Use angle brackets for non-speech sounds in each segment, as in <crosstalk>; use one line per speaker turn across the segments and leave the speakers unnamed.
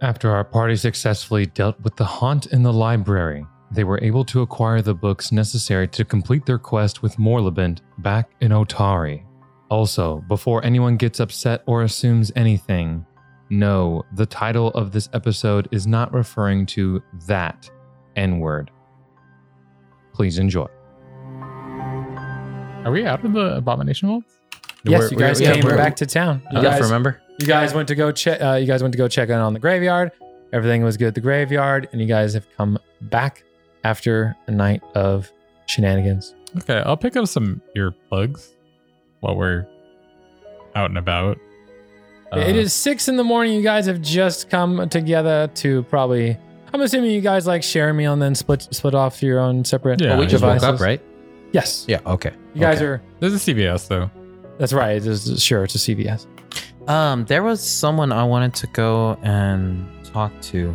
After our party successfully dealt with the haunt in the library, they were able to acquire the books necessary to complete their quest with Morlabent back in Otari. Also, before anyone gets upset or assumes anything, no, the title of this episode is not referring to that N word. Please enjoy.
Are we out of the abomination vaults?
We're-
Yes, you
we're-
guys
yeah,
came
we're-
back to town. You
I don't
guys,
remember.
you guys went to go check. Uh, you guys went to go check in on the graveyard. Everything was good at the graveyard, and you guys have come back after a night of shenanigans.
Okay, I'll pick up some earplugs while we're out and about. Uh,
it is six in the morning. You guys have just come together to probably. I'm assuming you guys like share a meal and then split split off to your own separate.
Yeah.
Yeah,
Well,
we
we
Just woke up, right?
Yes,
Yeah. Okay.
you guys
Okay.
are.
There's a CVS
<laughs>
though.
That's right. It is sure it's a CVS.
Um, there was someone I wanted to go and talk to.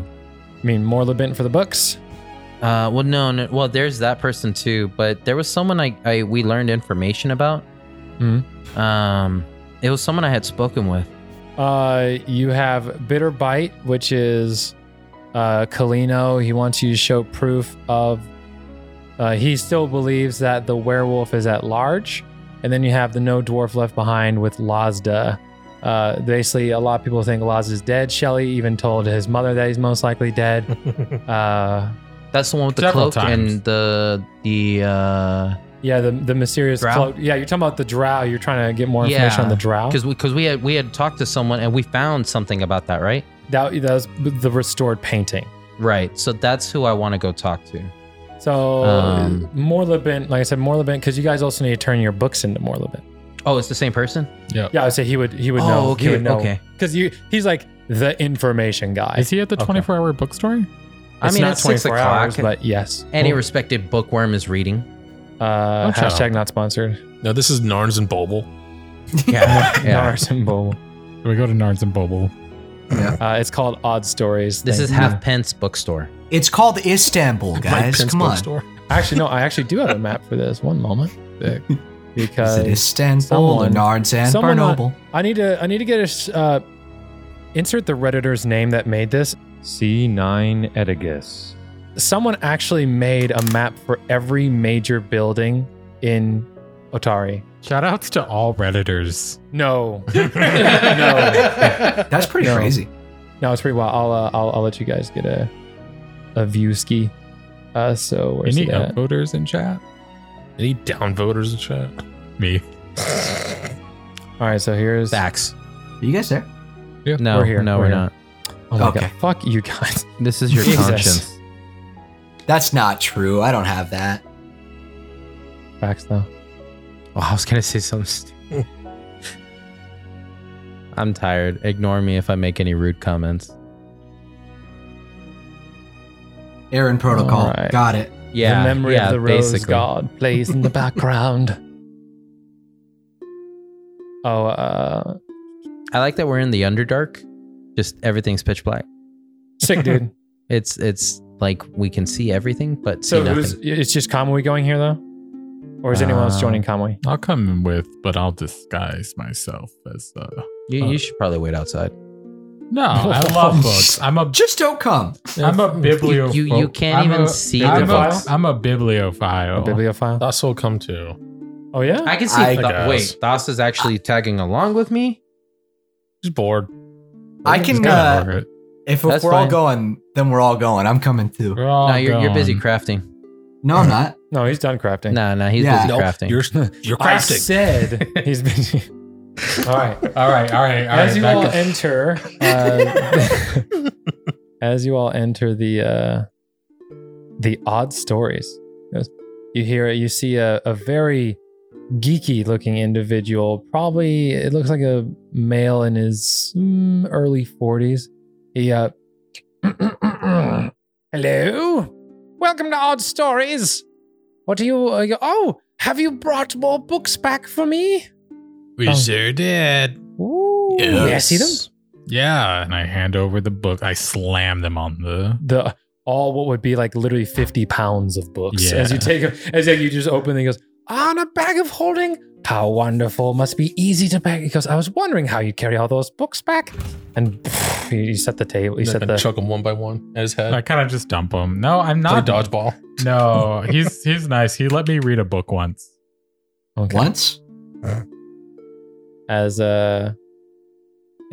I mean, more Lebent for the books.
Uh, well, no, no, well, there's that person too, but there was someone I, I we learned information about.
Mhm.
Um, it was someone I had spoken with.
Uh, you have Bitter Bite, which is uh, Kalino. He wants you to show proof of. Uh, he still believes that the werewolf is at large. And then you have the No Dwarf Left Behind with Lazda. Uh, basically, a lot of people think Lazda's dead. Shelley even told his mother that he's most likely dead.
<laughs>
uh,
That's the one with the
Several
cloak
times.
and the the uh,
yeah, the, the mysterious
Drow?
cloak. Yeah, you're talking about the drow. You're trying to get more information
Yeah,
on the drow.
because because we, had we had talked to someone and we found something about that, right?
That, that was the restored painting.
Right. So that's who I want to go talk to.
So
Um,
Morlabent, like I said, Morlabent, because you guys also need to turn your books into Morlabent.
Oh, it's the same person.
Yeah, I would say he would he would
oh,
know.
okay,
he would know.
okay.
Because you he's like the information guy.
Is he at the
Okay.
24 hour bookstore?
I
It's
mean,
not
it's six
24
o'clock.
hours, but yes.
Any respected bookworm is reading.
uh,
Oh, child.
hashtag not sponsored.
No, this is Narns and Bulbul.
<laughs> Yeah. yeah.
Nars and Bowl.
we go to Nards and Boble?
Uh, it's called Odd Stories.
This
Thank
is
you.
Halfpence Bookstore.
It's called Istanbul, guys.
Prince
Come on.
bookstore.
actually no. I actually do have a map for this. One moment,
Sick.
because
Is it Istanbul
someone-
or Nards and
someone on-
Barnoble?
I need to I need to get a s- uh, insert the redditor's name that made this.
C9 Etigus.
someone actually made a map for every major building in Otari.
Shout outs to all Redditors.
No, <laughs> no,
<laughs>
That's pretty
No.
crazy.
no, it's pretty wild. I'll, uh, I'll I'll let you guys get a a view ski. Uh, so where's
Any
it at?
upvoters in chat?
Any downvoters and shit?
<laughs>
Me.
All right, so here's
Facts.
Are you guys there?
No,
We're here,
no,
we're
we're,
here.
not.
Oh my god,
Okay.
fuck you guys. <laughs>
This is your
Jesus.
conscience.
That's not true. I don't have that.
Facts though.
Oh, I was gonna say something. stupid. <laughs> I'm tired. Ignore me if I make any rude comments.
Aaron Protocol.
Alright.
Got it.
Yeah,
the memory
yeah,
of the rose
basically.
god plays
<laughs>
in the background. Oh, uh,
I like that we're in the underdark. Just everything's pitch black.
sick
<laughs>
dude.
It's it's like we can see everything, but see
so
nothing.
who's, it's just Kamui going here though, or is anyone else
Uh,
joining Kamui?
I'll come with, but I'll disguise myself as uh
you, you should probably wait outside. <laughs>
No, I love books. I'm a
Just don't come.
I'm a bibliophile.
You- you can't
I'm
even
a-
see
I'm
the
a-
books.
I'm a bibliophile.
A bibliophile.
Us will come too.
oh yeah.
Uh, I can see.
I
Tha-
guess.
wait, Thas is actually tagging along with me.
Just bored.
I
Just
can.
gotta
Uh,
work it.
if
That's
we're all
fine.
going, then we're all going. I'm coming too.
We're all
no, you're, you're busy
gone.
crafting.
No, I'm not.
no, he's done crafting.
No, no, he's
Yeah.
busy
Nope,
crafting.
You're <laughs> you're
I
<laughs>
crafting.
said he's busy. <laughs> all right.
All right, all right, all right.
as you
back
all
up. <laughs>
enter, uh, <laughs> as you all enter the uh, the odd stories, you hear you see a, a very geeky looking individual. Probably it looks like a male in his mm, early forties. He uh, <clears throat> hello, welcome to Odd Stories. What are you? Are you oh, have you brought more books back for me?
We
Oh.
sure did.
Ooh, yeah, see them.
Yeah, and I hand over the book. I slam them on the.
the all what would be like literally 50 pounds of books
Yeah.
as you take 'em- as like you just open and he goes on a bag of holding how wonderful must be easy to pack he goes i was wondering how you carry all those books back and <laughs> You you set the table. You set
and
the.
chuck him one by one at his head.
I kind of just dump him. No, I'm
Play
not.
dodgeball.
No, he's he's nice. He let me read a book once.
Okay.
Once?
as uh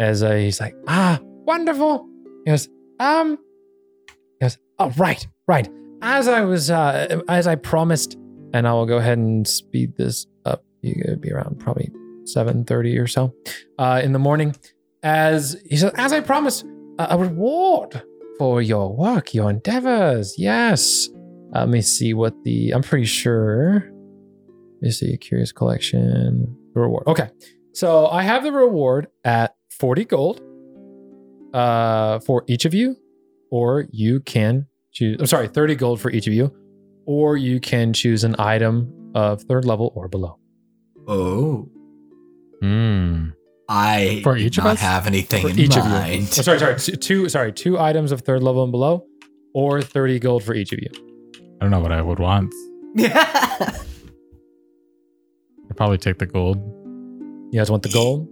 as uh, he's like ah wonderful he goes um he goes oh right right as i was uh as i promised and i will go ahead and speed this up you could be around probably 7.30 or so uh in the morning as he says as i promised a a reward for your work your endeavors yes let me see what the i'm pretty sure let me see curious collection the reward okay so I have the reward at 40 gold uh, for each of you, or you can choose, I'm sorry, 30 gold for each of you, or you can choose an item of third level or below.
Oh.
Hmm.
I
For
did
each of
not
us?
have anything
For
in
each of you.
mind.
<laughs>
<laughs>
Oh, sorry, sorry, t- two, sorry, two items of third level and below, or 30 gold for each of you.
I don't know what I would want.
Yeah.
I'd probably take the gold.
You guys want the gold?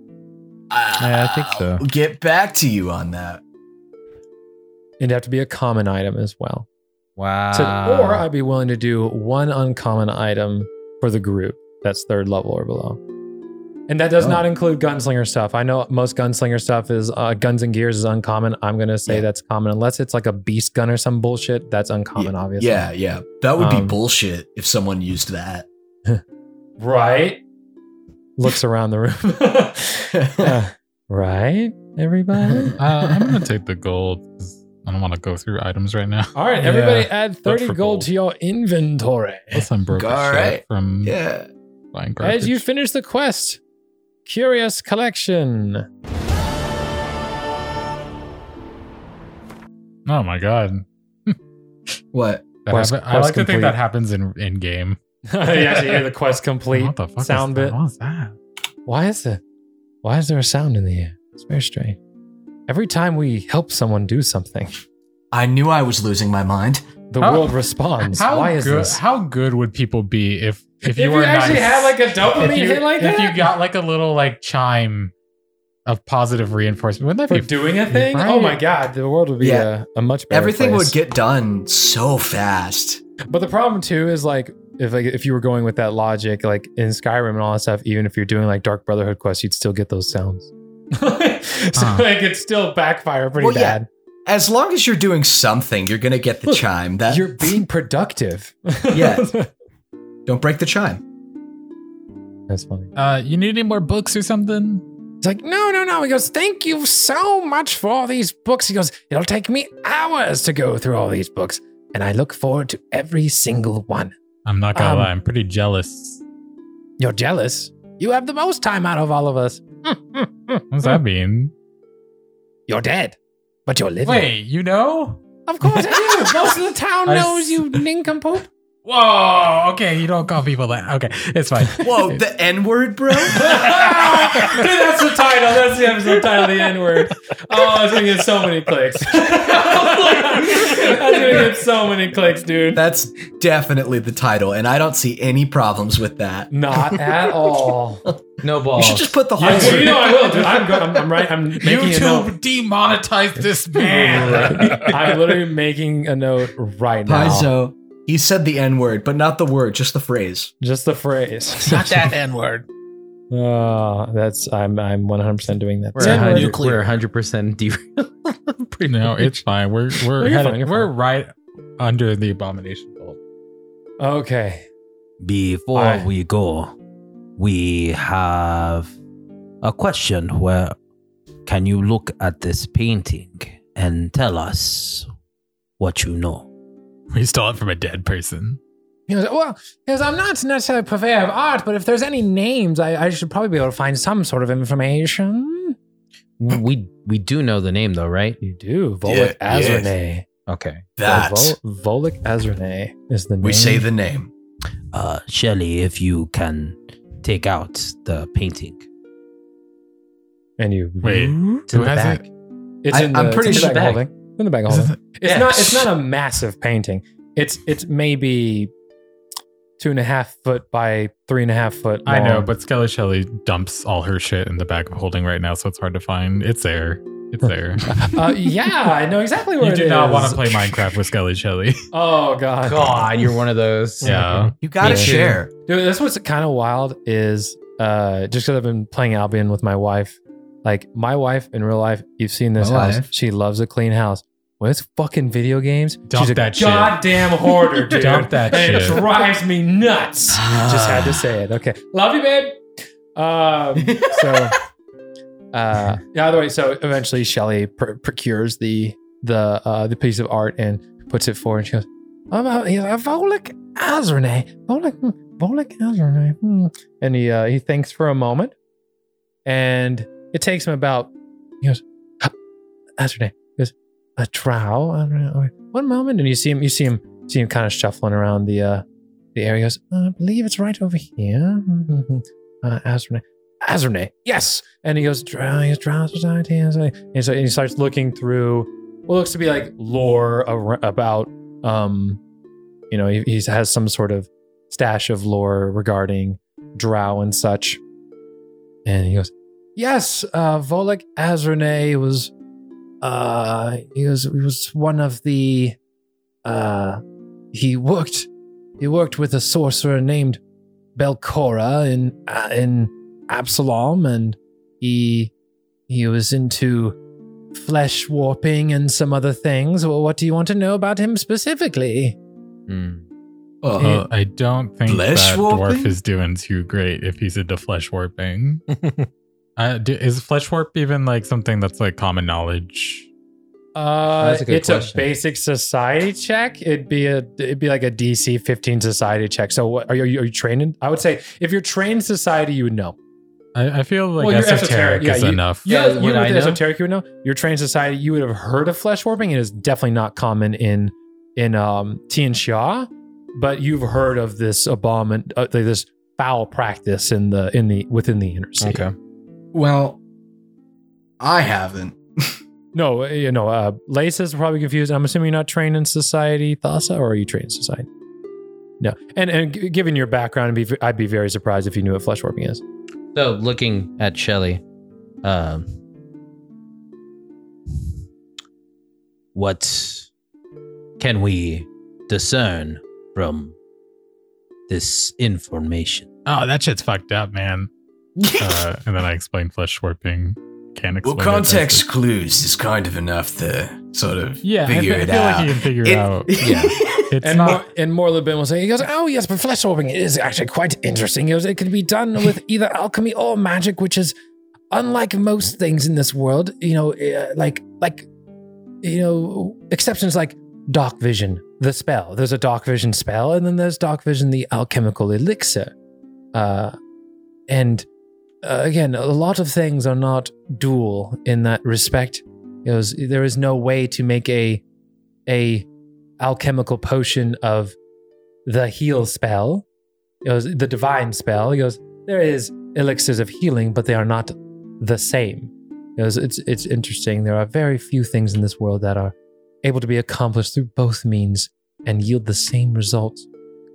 Yeah, I think so.
I'll Get back to you on that.
It'd have to be a common item as well.
Wow.
So, or
Uh,
I'd be willing to do one uncommon item for the group that's third level or below. And that does
Oh.
not include gunslinger stuff. I know most gunslinger stuff is uh, guns and gears is uncommon. I'm going to say
Yeah.
that's common unless it's like a beast gun or some bullshit. That's uncommon, obviously.
Yeah, yeah. That would
Um,
be bullshit if someone used that.
Right? Looks around the room. <laughs> Uh, right,
<laughs>
everybody?
Uh, I'm
<laughs>
gonna take the gold. 'cause I don't want to go through items right now. <laughs>
All right, everybody
Yeah.
add 30
for
gold,
gold.
to your inventory.
Plus, I'm broke as
All
shit
right.
from
Yeah.
buying garbage.
As you finish the quest, Curious Collection.
oh my god!
What?
That
Quest-
happen- I
quest
like to think
complete.
that happens in in game.
<laughs> you actually hear the quest complete
What the fuck? is
sound
that?
bit.
What
Why is
is that?
the why is there a sound in the air? It's very strange. Every time we help someone do something,
I knew I was losing my mind.
the
How-
world responds.
How
Why is
good?
this?
How good would people be if if you were nice?
a dopamine
<laughs> if you, if you got like a little like chime of positive reinforcement, wouldn't that be
doing a
thing? Oh my
god, the world would be
Yeah.
a, a much better.
Everything
place.
would get done so fast.
But the problem too is like if like if you were going with that logic, like in Skyrim and all that stuff, even if you're doing like Dark Brotherhood quests, you'd still get those sounds. <laughs> so
Huh.
like it'd still backfire pretty
Well, yeah.
bad.
As long as you're doing something, you're gonna get the
Look,
chime. That
You're being productive.
<laughs> Yeah. don't break the chime.
That's funny.
Uh, you need any more books or something?
It's like, no, no, no. He goes, thank you so much for all these books. He goes, it'll take me hours to go through all these books. And I look forward to every single one.
I'm not gonna
Um,
lie, I'm pretty jealous.
You're jealous? You have the most time out of all of us. <laughs>
What does
uh,
that mean?
You're dead, but you're living.
Wait, you know?
Of course I do. most of the town
I
knows
s-
you nincompoop.
Whoa, okay, you don't call people that. Okay,
<laughs>
it's fine.
Whoa, the N word, bro.
that's the title. That's the episode title, the N word. Oh, it's going to get so many clicks. <laughs> That's going to get so many clicks, dude.
That's definitely the title, and I don't see any problems with that.
Not at all.
no
You
balls.
should just put the whole
I, you know I will, dude. I'm, go- I'm, I'm right. I'm making a note.
demonetized this man.
<laughs> I'm literally making a note right now.
Paizo. He said the N word, but not the word, just the phrase.
Just the phrase. <laughs>
Not that N word.
Oh, that's I'm I'm 100 percent doing that.
we're, 100,
nuclear.
we're 100% derailed. Pretty
no,
much.
it's fine. We're we're
You're
headed-
fine, you're
we're right under the abomination bolt.
Okay.
<laughs> Before
Aye.
we go, we have a question where can you look at this painting and tell us what you know?
We stole it from a dead person.
He goes, well, because I'm not necessarily purveyor of art, but if there's any names, I, I should probably be able to find some sort of information.
we we do know the name though, right?
You do. Volick
Volick Yeah, yes.
Azrene.
Okay.
That.
Volick Azrene is the name.
We say the name.
Uh, Shelley, if you can take out the painting.
And you
Wait,
to
who
the
has
back.
it?
It's
I-
in the,
I'm pretty
it's in the
sure-
bag holding. In the bag
<laughs> Is
holding.
it-
It's
Yeah.
not. It's not a massive painting. It's it's maybe two and a half foot by three and a half foot.
I know,
long.
but Skelly Shelley dumps all her shit in the bag of holding right now, so it's hard to find. It's there. It's <laughs> there.
Uh, yeah, I know
<laughs>
exactly where
you
it
do not
is.
want to play Minecraft with Skelly Shelly.
<laughs> Oh god.
God, you're one of
<laughs>
those.
yeah.
You gotta
Me too.
share.
Dude, that's what's kind of wild is uh just because I've been playing Albion with my wife. Like my wife in real life, you've seen this
My
house.
wife.
She loves a clean house. When it's fucking video games,
Dump
she's a
that shit.
goddamn hoarder, dude.
<laughs> Dump that
and
shit.
It drives me nuts. just had
Ah.
to say it. Okay, love you, babe. Um, so, uh, yeah. Either way, so eventually Shelly pr- procures the the uh, the piece of art and puts it forward. And she goes, "I'm out here, Volik Azrene, Volik, hmm, Volik Azrene." hmm." And he uh, he thinks for a moment, and it takes him about. He goes, "Huh, "Azrene." He goes, "A trowel." Azrene, okay." One moment, and you see him. You see him. See him kind of shuffling around the. Uh, the area goes, "Uh, I believe it's right over here. <laughs> uh, Azrene. Azrene, yes. And he goes, drowsy, drowsy, drowsy. And, so, and he starts looking through what looks to be like lore ar- about, um, you know, he, he has some sort of stash of lore regarding drow and such. And he goes, yes, uh, Volek Azrene was, uh, he was, he was one of the, uh, he worked he worked with a sorcerer named Belcora in uh, in Absalom, and he he was into flesh warping and some other things. Well, what do you want to know about him specifically?
Hmm.
Well, Uh, I don't think
Flesh
that
warping?
dwarf is doing too great if he's into flesh
<laughs>
warping. uh, do, is flesh warp even like something that's like common knowledge?
Uh,
That's a good
it's
question.
a basic society check. It'd be a it'd be like a DC fifteen society check. So, what, are you are you trained? In, I would say if you're trained in society, you would know.
I, I feel like
Well, you're
esoteric,
esoteric, yeah,
is
you-
enough.
Yeah,
Yeah,
you
would
would
I know?
esoteric, you would know. Your trained society, you would have heard of flesh warping. It is definitely not common in in um Tian Xia, but you've heard of this abomin uh, this foul practice in the in the within the inner city.
Okay.
Well, I <laughs> haven't.
No, uh, you know, uh Laces probably confused. I'm assuming you're not trained in society, Thassa, or are you trained in society? No. And and g- given your background, I'd be, I'd be very surprised if you knew what flesh warping is.
So looking at Shelly, um,
What can we discern from this information?
Oh, that shit's fucked up, man. uh, and then I explain flesh warping. Can't
Well,
explain. it,
context clues is kind of enough to sort of
basically. Yeah, I,
figure
fe- I
it
feel
out.
like you can figure it,
It- <laughs>
out.
yeah.
It's
and
not.
more, and more Lebin will say, he goes, oh yes, but flesh warping is actually quite interesting. He goes, it can be
<laughs>
done with either alchemy or magic, which is unlike most things in this world. You know, eh, like like you know exceptions like dark vision, the spell. There's a dark vision spell, and then there's dark vision, the alchemical elixir. Uh, and uh, again, a lot of things are not dual in that respect. He goes, there is no way to make a a alchemical potion of the heal spell. It was the divine spell. He goes, there is elixirs of healing, but they are not the same. It was, it's it's interesting. There are very few things in this world that are able to be accomplished through both means and yield the same results.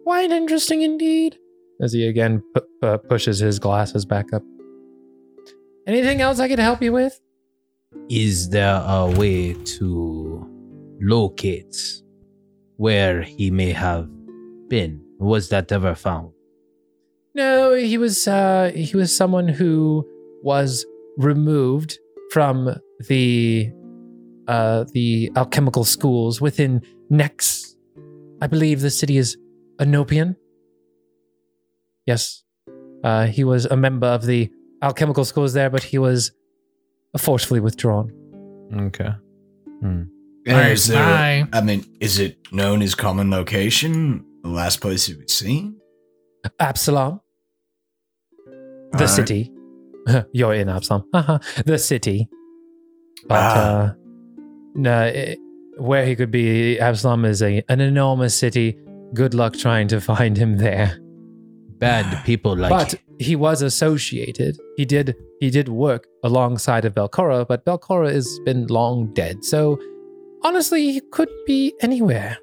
Quite interesting indeed. As he again pu- uh, pushes his glasses back up. Anything else I could help you with?
Is there a way to locate where he may have been? Was that ever found?
No, he was uh, he was someone who was removed from the uh, the alchemical schools within Nex. I believe the city is Anopian. Yes, uh, he was a member of the alchemical schools there, but he was forcefully withdrawn.
okay.
And is there- I mean, is it known as common location? The last place it was seen?
Absalom, the
Alright.
city. <laughs> You're in Absalom. <laughs> the city. But
Ah.
uh, no, it, where he could be, Absalom is a, an enormous city. Good luck trying to <laughs> find him there.
Bad people like
but he was associated. He did he did work alongside of Belcora, but Belcora has been long dead. So honestly, he could be anywhere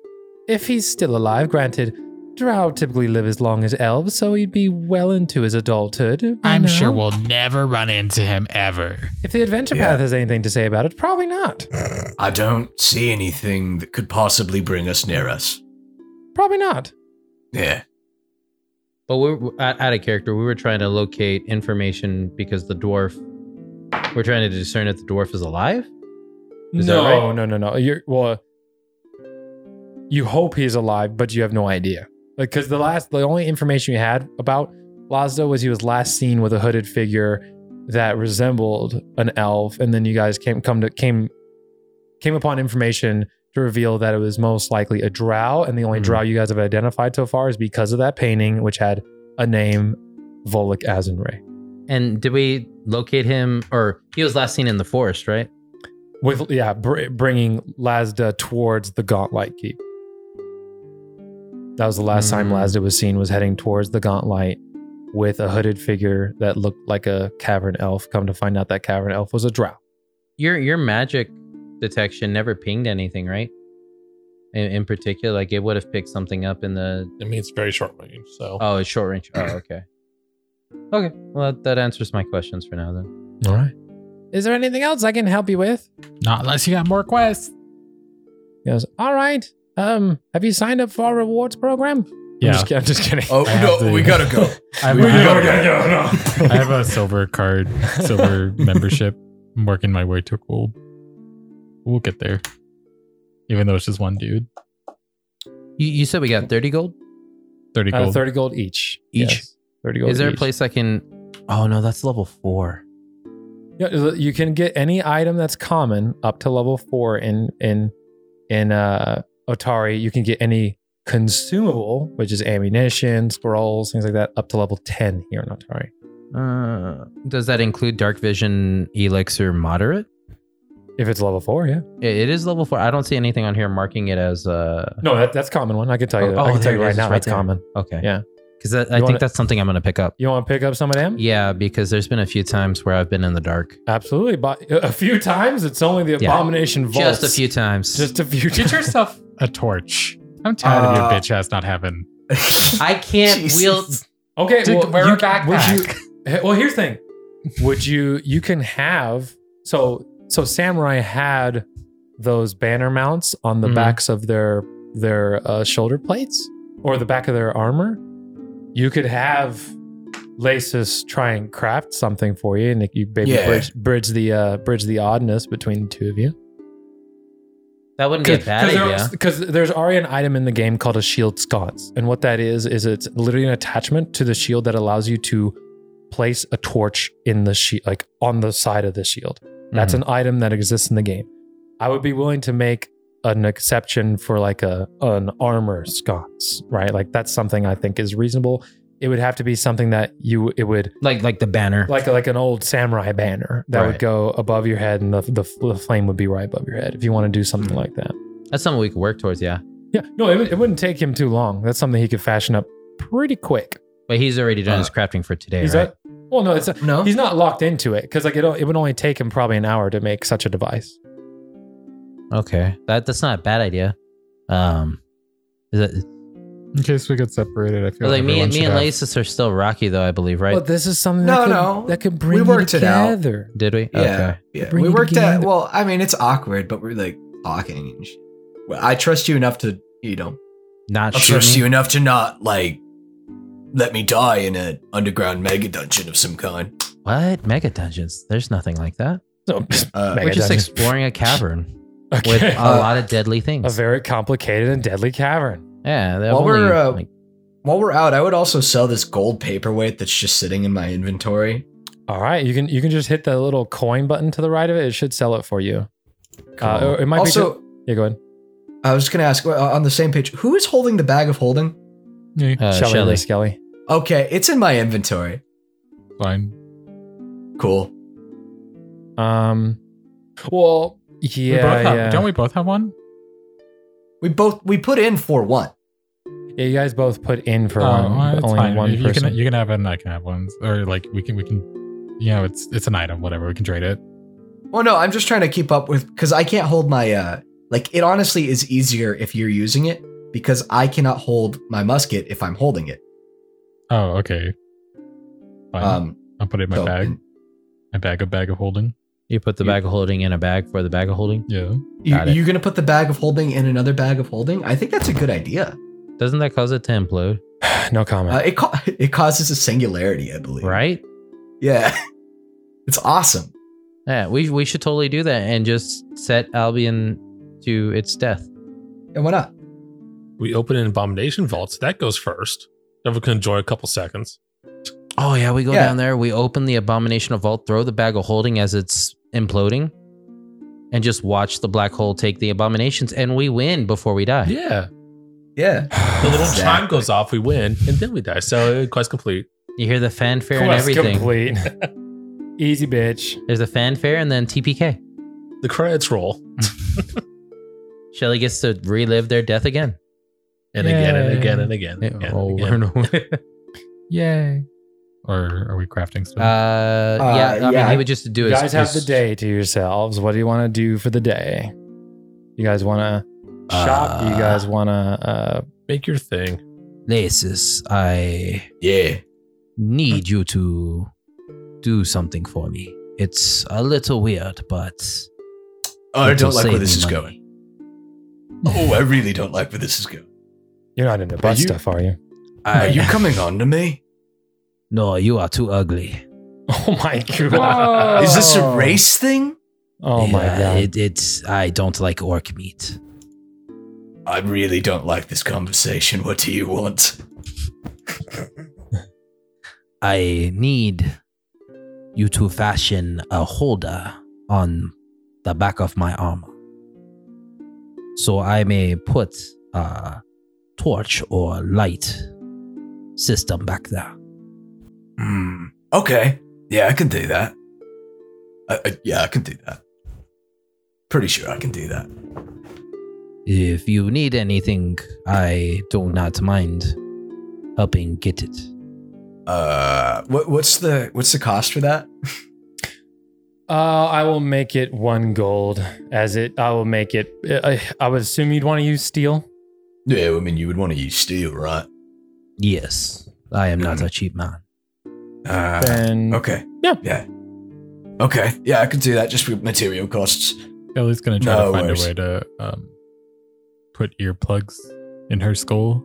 if he's still alive. Granted, Drow typically live as long as elves, so he'd be well into his adulthood. you
I'm
know?
sure we'll never run into him ever.
If the adventure
Yeah.
path has anything to say about it, probably not.
I don't see anything that could possibly bring us near us.
Probably not.
Yeah.
But we we're out out of character. We were trying to locate information because the dwarf. We're trying to discern if the dwarf is alive. Is that
no,
right?
no, no, no. You're well. You hope he's alive, but you have no idea. Like, because the last, the only information you had about Lazda was he was last seen with a hooded figure that resembled an elf, and then you guys came come to came came upon information to reveal that it was most likely a drow, and the only
Hmm.
drow you guys have identified so far is because of that painting, which had a name, Volok Azenray.
And did we locate him? Or he was last seen in the forest, right?
With yeah, br- bringing Lazda towards the Gauntlight Keep. That was the last time
Mm.
Lazda was seen was heading towards the Gauntlight with a hooded figure that looked like a cavern elf. Come to find out that cavern elf was a drow.
Your your magic detection never pinged anything, right? In, in particular, like it would have picked something up in the
I mean, it's very short range, so
oh, it's short range. Oh, okay. Okay, well that, that answers my questions for now then.
All right. Is there anything else I can help you with?
Not unless you got more quests.
He goes, All right. Um, have you signed up for our rewards program?
Yeah.
I'm just, ki- I'm just kidding.
Oh
I have
no,
to-
we
<laughs>
gotta go.
I have, <laughs>
we
I have-
gotta go. <laughs>
<laughs>
No.
I have a silver card, <laughs> silver membership. I'm working my way to gold. We'll get there. Even though it's just one dude.
You, you said we got thirty gold.
30
Uh,
gold.
Thirty gold each.
Each?
Yes, Thirty gold.
Is there a
each.
place I can? Oh no, that's level four.
Yeah, you can get any item that's common up to level four in in in uh, Otari. You can get any consumable, which is ammunition, scrolls, things like that, up to level ten here in Otari.
Uh, does that include dark vision elixir moderate?
If it's level four, yeah.
It, it is level four. I don't see anything on here marking it as uh
No, that, that's common one. I can tell you.
Oh,
I can
oh,
tell
there
you
it
right
is.
now.
It's right
That's
there.
common.
okay.
Yeah.
because I
You
think
wanna-
that's something I'm gonna pick up.
You want to pick up some of them?
Yeah, because there's been a few times where I've been in the dark.
Absolutely. But a few times, it's only the
Yeah.
abomination vaults.
Just a few times.
Just a few.
Get
times.
yourself a torch. I'm tired of your
Uh,
bitch ass not having.
I can't
Jesus.
wield.
Okay,
Dude,
well,
wear a
you can- would
backpack.
you- Hey, well, here's the thing. Would you? You can have. So so samurai had those banner mounts on the
Mm-hmm.
Mhm.
backs of their their uh, shoulder plates or the back of their armor. You could have Lasis try and craft something for you, and if you maybe
Yeah.
bridge, bridge the uh, bridge the oddness between the two of you.
That wouldn't be a bad idea.
Because there's already an item in the game called a shield sconce, and what that is is it's literally an attachment to the shield that allows you to place a torch in the shield, like on the side of the shield. That's
Mm-hmm.
an item that exists in the game. I would be willing to make an exception for like a an armor sconce, right? Like that's something I think is reasonable. It would have to be something that you it would
Like like the banner.
like like an old samurai banner that would
Right.
go above your head and the, the, the flame would be right above your head if you want to do something
Hmm.
like that.
That's something we could work towards. Yeah,
Yeah, no, it, would- it wouldn't take him too long. That's something he could fashion up pretty quick.
but he's already done his
Uh,
crafting for today,
He's
right?
a- well, no, it's
<laughs> No.
he's not locked into it because like it, o- it would only take him probably an hour to make such a device.
okay, that that's not a bad idea. Um, is it,
In case we get separated, I feel
like me
everyone
and me
should
and
have-
Lasis are still rocky though, I believe, right?
But this is something
No,
that could,
no.
that could
We
bring you
worked it out.
together.
Did we?
Yeah.
Okay.
Yeah,
Bring
we
it
worked at.
together.
Well, I mean, it's awkward, but we're like talking and shit. Well, I trust you enough to, you know,
Not
I
shoot
trust
me?
you enough to not like let me die in an underground mega dungeon of some kind.
What mega dungeons? There's nothing like that.
So, <laughs>
Uh,
Mega
We're just
dungeon.
exploring a <laughs> cavern with uh,
okay,
a lot of deadly
a
things.
very complicated and deadly cavern.
yeah. they're
While
only,
we're, uh,
like-
While we're out, I would also sell this gold paperweight that's just sitting in my inventory.
All right, you can you can just hit the little coin button to the right of it. It should sell it for you. Uh,
Cool.
or it might be
also,
ju- yeah, go ahead.
I was just gonna ask uh, on the same page, who is holding the bag of holding?
uh,
Shelly,
Shelly.
Skelly.
Okay, it's in my inventory.
Fine.
Cool.
Um, well, yeah,
we both have,
yeah.
Don't we both have one?
We both we put in for one.
Yeah, you guys both put in for
Oh,
one,
well,
but
it's
only
fine.
one
you,
person.
Can, you can have it and I can have one. Or like we can we can you know, it's it's an item, whatever, we can trade it.
Well, no, I'm just trying to keep up with because I can't hold my uh like it honestly is easier if you're using it
because I cannot hold my musket if I'm holding it.
Oh, okay. Fine.
Um,
I'll put it in my
so-
bag. My bag of bag of holding.
You put the bag of holding in a bag for the bag of holding.
Yeah.
You,
Got it.
you're gonna put the bag of holding in another bag of holding. I think that's a good idea.
Doesn't that cause it to implode?
No comment.
Uh, it ca- it causes a singularity, I believe.
Right?
Yeah, <laughs> it's awesome.
Yeah, we we should totally do that and just set Albion to its death.
And why not?
<laughs> We open an abomination vault, so that goes first. Never can enjoy a couple seconds.
Oh yeah, we go
Yeah.
down there, we open the abomination of vault, throw the bag of holding as it's imploding, and just watch the black hole take the abominations, and we win before we die.
Yeah.
Yeah,
<sighs>
The little chime
Exactly.
goes off, we win, and then we die. So uh, quest complete.
You hear the fanfare and
Quest
everything.
complete. <laughs> Easy, bitch.
There's a fanfare and then TPK.
The credits roll.
Shelly gets to relive their death again.
And again and
Yay.
again and again. and again, and
Over
again.
and over.
<laughs> Yay. Or are we crafting stuff?
Uh, yeah, I mean,
yeah.
he would just do
You
his.
guys have the
his-
day to yourselves. What do you want to do for the day? You guys want to shop? you
Uh,
guys want to? Uh,
Make your thing.
Laces, I
Yeah.
need you to do something for me. It's a little weird, but
Oh,
it
I
will
don't like where
save
this
me
is
money.
going. Oh, I really don't like where this
<laughs>
is going.
you're not into butt
you-
stuff, are you?
Are
I,
you coming on to me?
no, you are too ugly.
<laughs> Oh my
Whoa.
Is this a
Oh.
race thing?
Oh my
Yeah,
god.
It, it's I don't like orc meat.
I really don't like this conversation. What do you want?
I need you to fashion a holder on the back of my armor. So I may put a torch or light system back there.
Hmm. Okay. Yeah, I can do that. I, I, yeah, I can do that. Pretty sure I can do that.
If you need anything, I do not mind helping get it.
Uh, what, what's the what's the cost for that?
Uh, I will make it one gold as it. I will make it. I, I would assume you'd want to use steel.
Yeah, I mean, you would want to use steel, right?
Yes, I am
Mm-hmm.
not a cheap man.
Uh,
Then
okay.
Yeah.
Yeah. Okay. Yeah, I can do that just with material costs.
Uh,
Kelly's gonna try
No
to find
worries.
a way to um, put earplugs in her skull.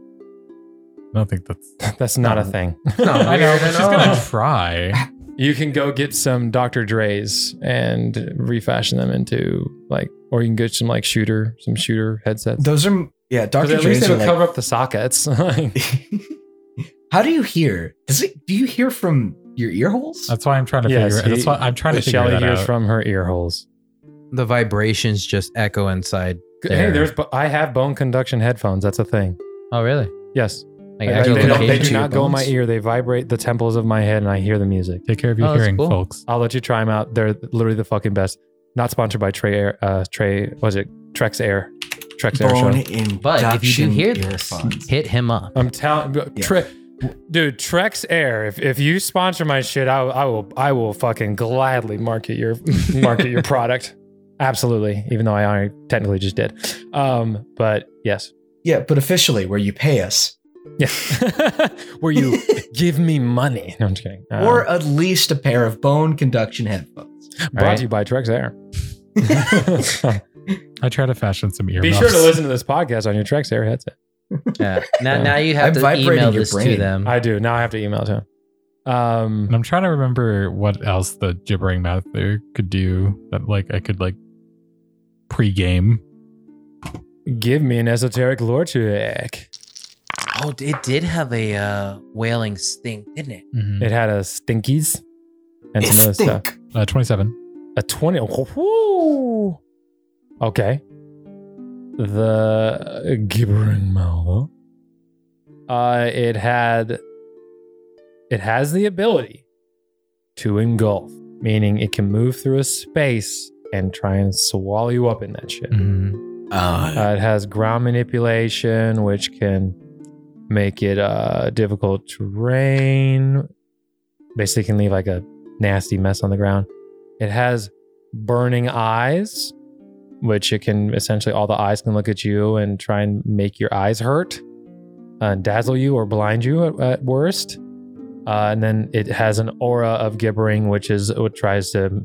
I don't
<laughs>
think that's.
that's not
Um,
a thing. <laughs>
I know, but she's gonna
all.
try.
You can go get some Dr. Dre's and refashion them into like, or you can get some like shooter, some shooter headsets.
Those are yeah.
'Cause
Doctor
at least
Dre's
they
are
would
like.
cover up the sockets. <laughs> Like,
<laughs> how do you hear? Does it? Do you hear from your ear holes?
That's why I'm trying to
Yes,
figure.
he-
that's why I'm trying to figure
Shelly
that
hears
out.
from her ear holes.
The vibrations just echo inside.
Hey,
There.
there's. bo- I have bone conduction headphones. That's a thing.
Oh, really?
Yes,
Like
Like,
actual
they, don't, they
location?
do not go in my
bones?
ear. They vibrate the temples of my head, and I hear the music.
Take care of your
Oh, that's
hearing,
cool.
folks.
I'll let you try them out. They're literally the fucking best. Not sponsored by Trey Air. Uh, Trey was it Trex Air? Trex Air Show.
in
But if you do hear this, hit him up.
I'm telling,
Yeah.
Tre- dude, Trex Air. If, if you sponsor my shit, I, will- I will I will fucking gladly market your market <laughs> your product. Absolutely, even though I already technically just did. Um, but yes,
yeah, but officially, where you pay us,
yeah. <laughs> Where <laughs> you give me money? No, I'm just kidding.
<laughs>
Um,
or at least a pair of bone conduction
<laughs>
headphones.
brought
right.
to you by Trex <laughs> Air.
I try to fashion some earmuffs.
Be sure to listen to this podcast on your Trex Air headset.
Yeah. Now, now you
I'm
have to
vibrating
email
your
this to
brain.
them.
I do now. I have to email to him.
And
Um,
I'm trying to remember what else the gibbering mouth there could do that, like I could like pre-game.
give me an esoteric lore check.
Oh, it did have a uh, wailing sting, didn't it?
It had a stinkies and some other stuff.
Uh, Twenty-seven.
A 20. Woo! Okay. The uh, gibbering mouth. Uh, it had. It has the ability to engulf, meaning it can move through a space and try and swallow you up in that shit.
Uh,
Uh, it has ground manipulation, which can make it uh, difficult terrain. Basically, can leave like a nasty mess on the ground. It has burning eyes, which it can essentially all the eyes can look at you and try and make your eyes hurt, uh, dazzle you or blind you at, at worst. Uh, and then it has an aura of gibbering, which is what tries to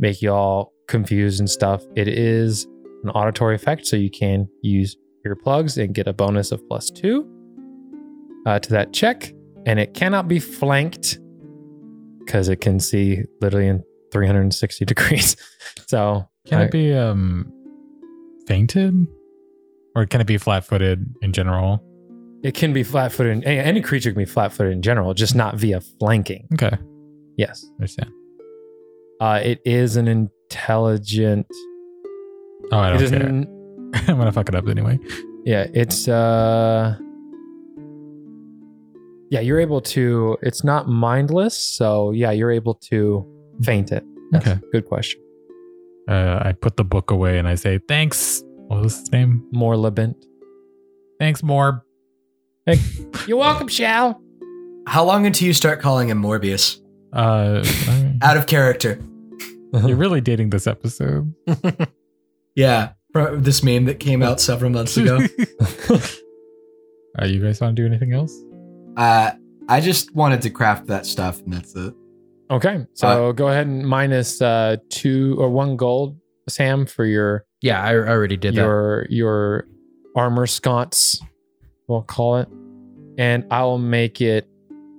make you all confused and stuff. It is an auditory effect, so you can use earplugs and get a bonus of plus two uh, to that check. And it cannot be flanked because it can see literally in 360 <laughs> degrees. so
Can
I-
it be um fainted? Or can it be flat footed in general?
It can be flat footed. Any creature can be flat footed in general, just not via flanking.
Okay.
Yes.
Understand.
Uh, it is an intelligent.
Oh, I
It
don't
is
care. <laughs>
an-
I'm gonna fuck it up anyway.
yeah, it's. uh Yeah, you're able to. It's not mindless. So, yeah, you're able to
Mm-hmm.
faint it. Yes.
Okay.
Good question.
Uh, I put the book away and I say, Thanks. What was his name?
More libent.
Thanks, Morb.
You're welcome, Shal.
How long until you start calling him Morbius?
Uh,
<laughs>
I-
Out of character.
Uh-huh.
you're really dating this episode.
Yeah. Pro- This meme that came out several months ago.
Uh, you guys want to do anything else?
uh, I just wanted to craft that stuff and that's it.
Okay. So,
Uh,
go ahead and minus uh two or one gold, Sam, for your
Yeah, I I already did that.
your your armor sconce, we'll call it, and I'll make it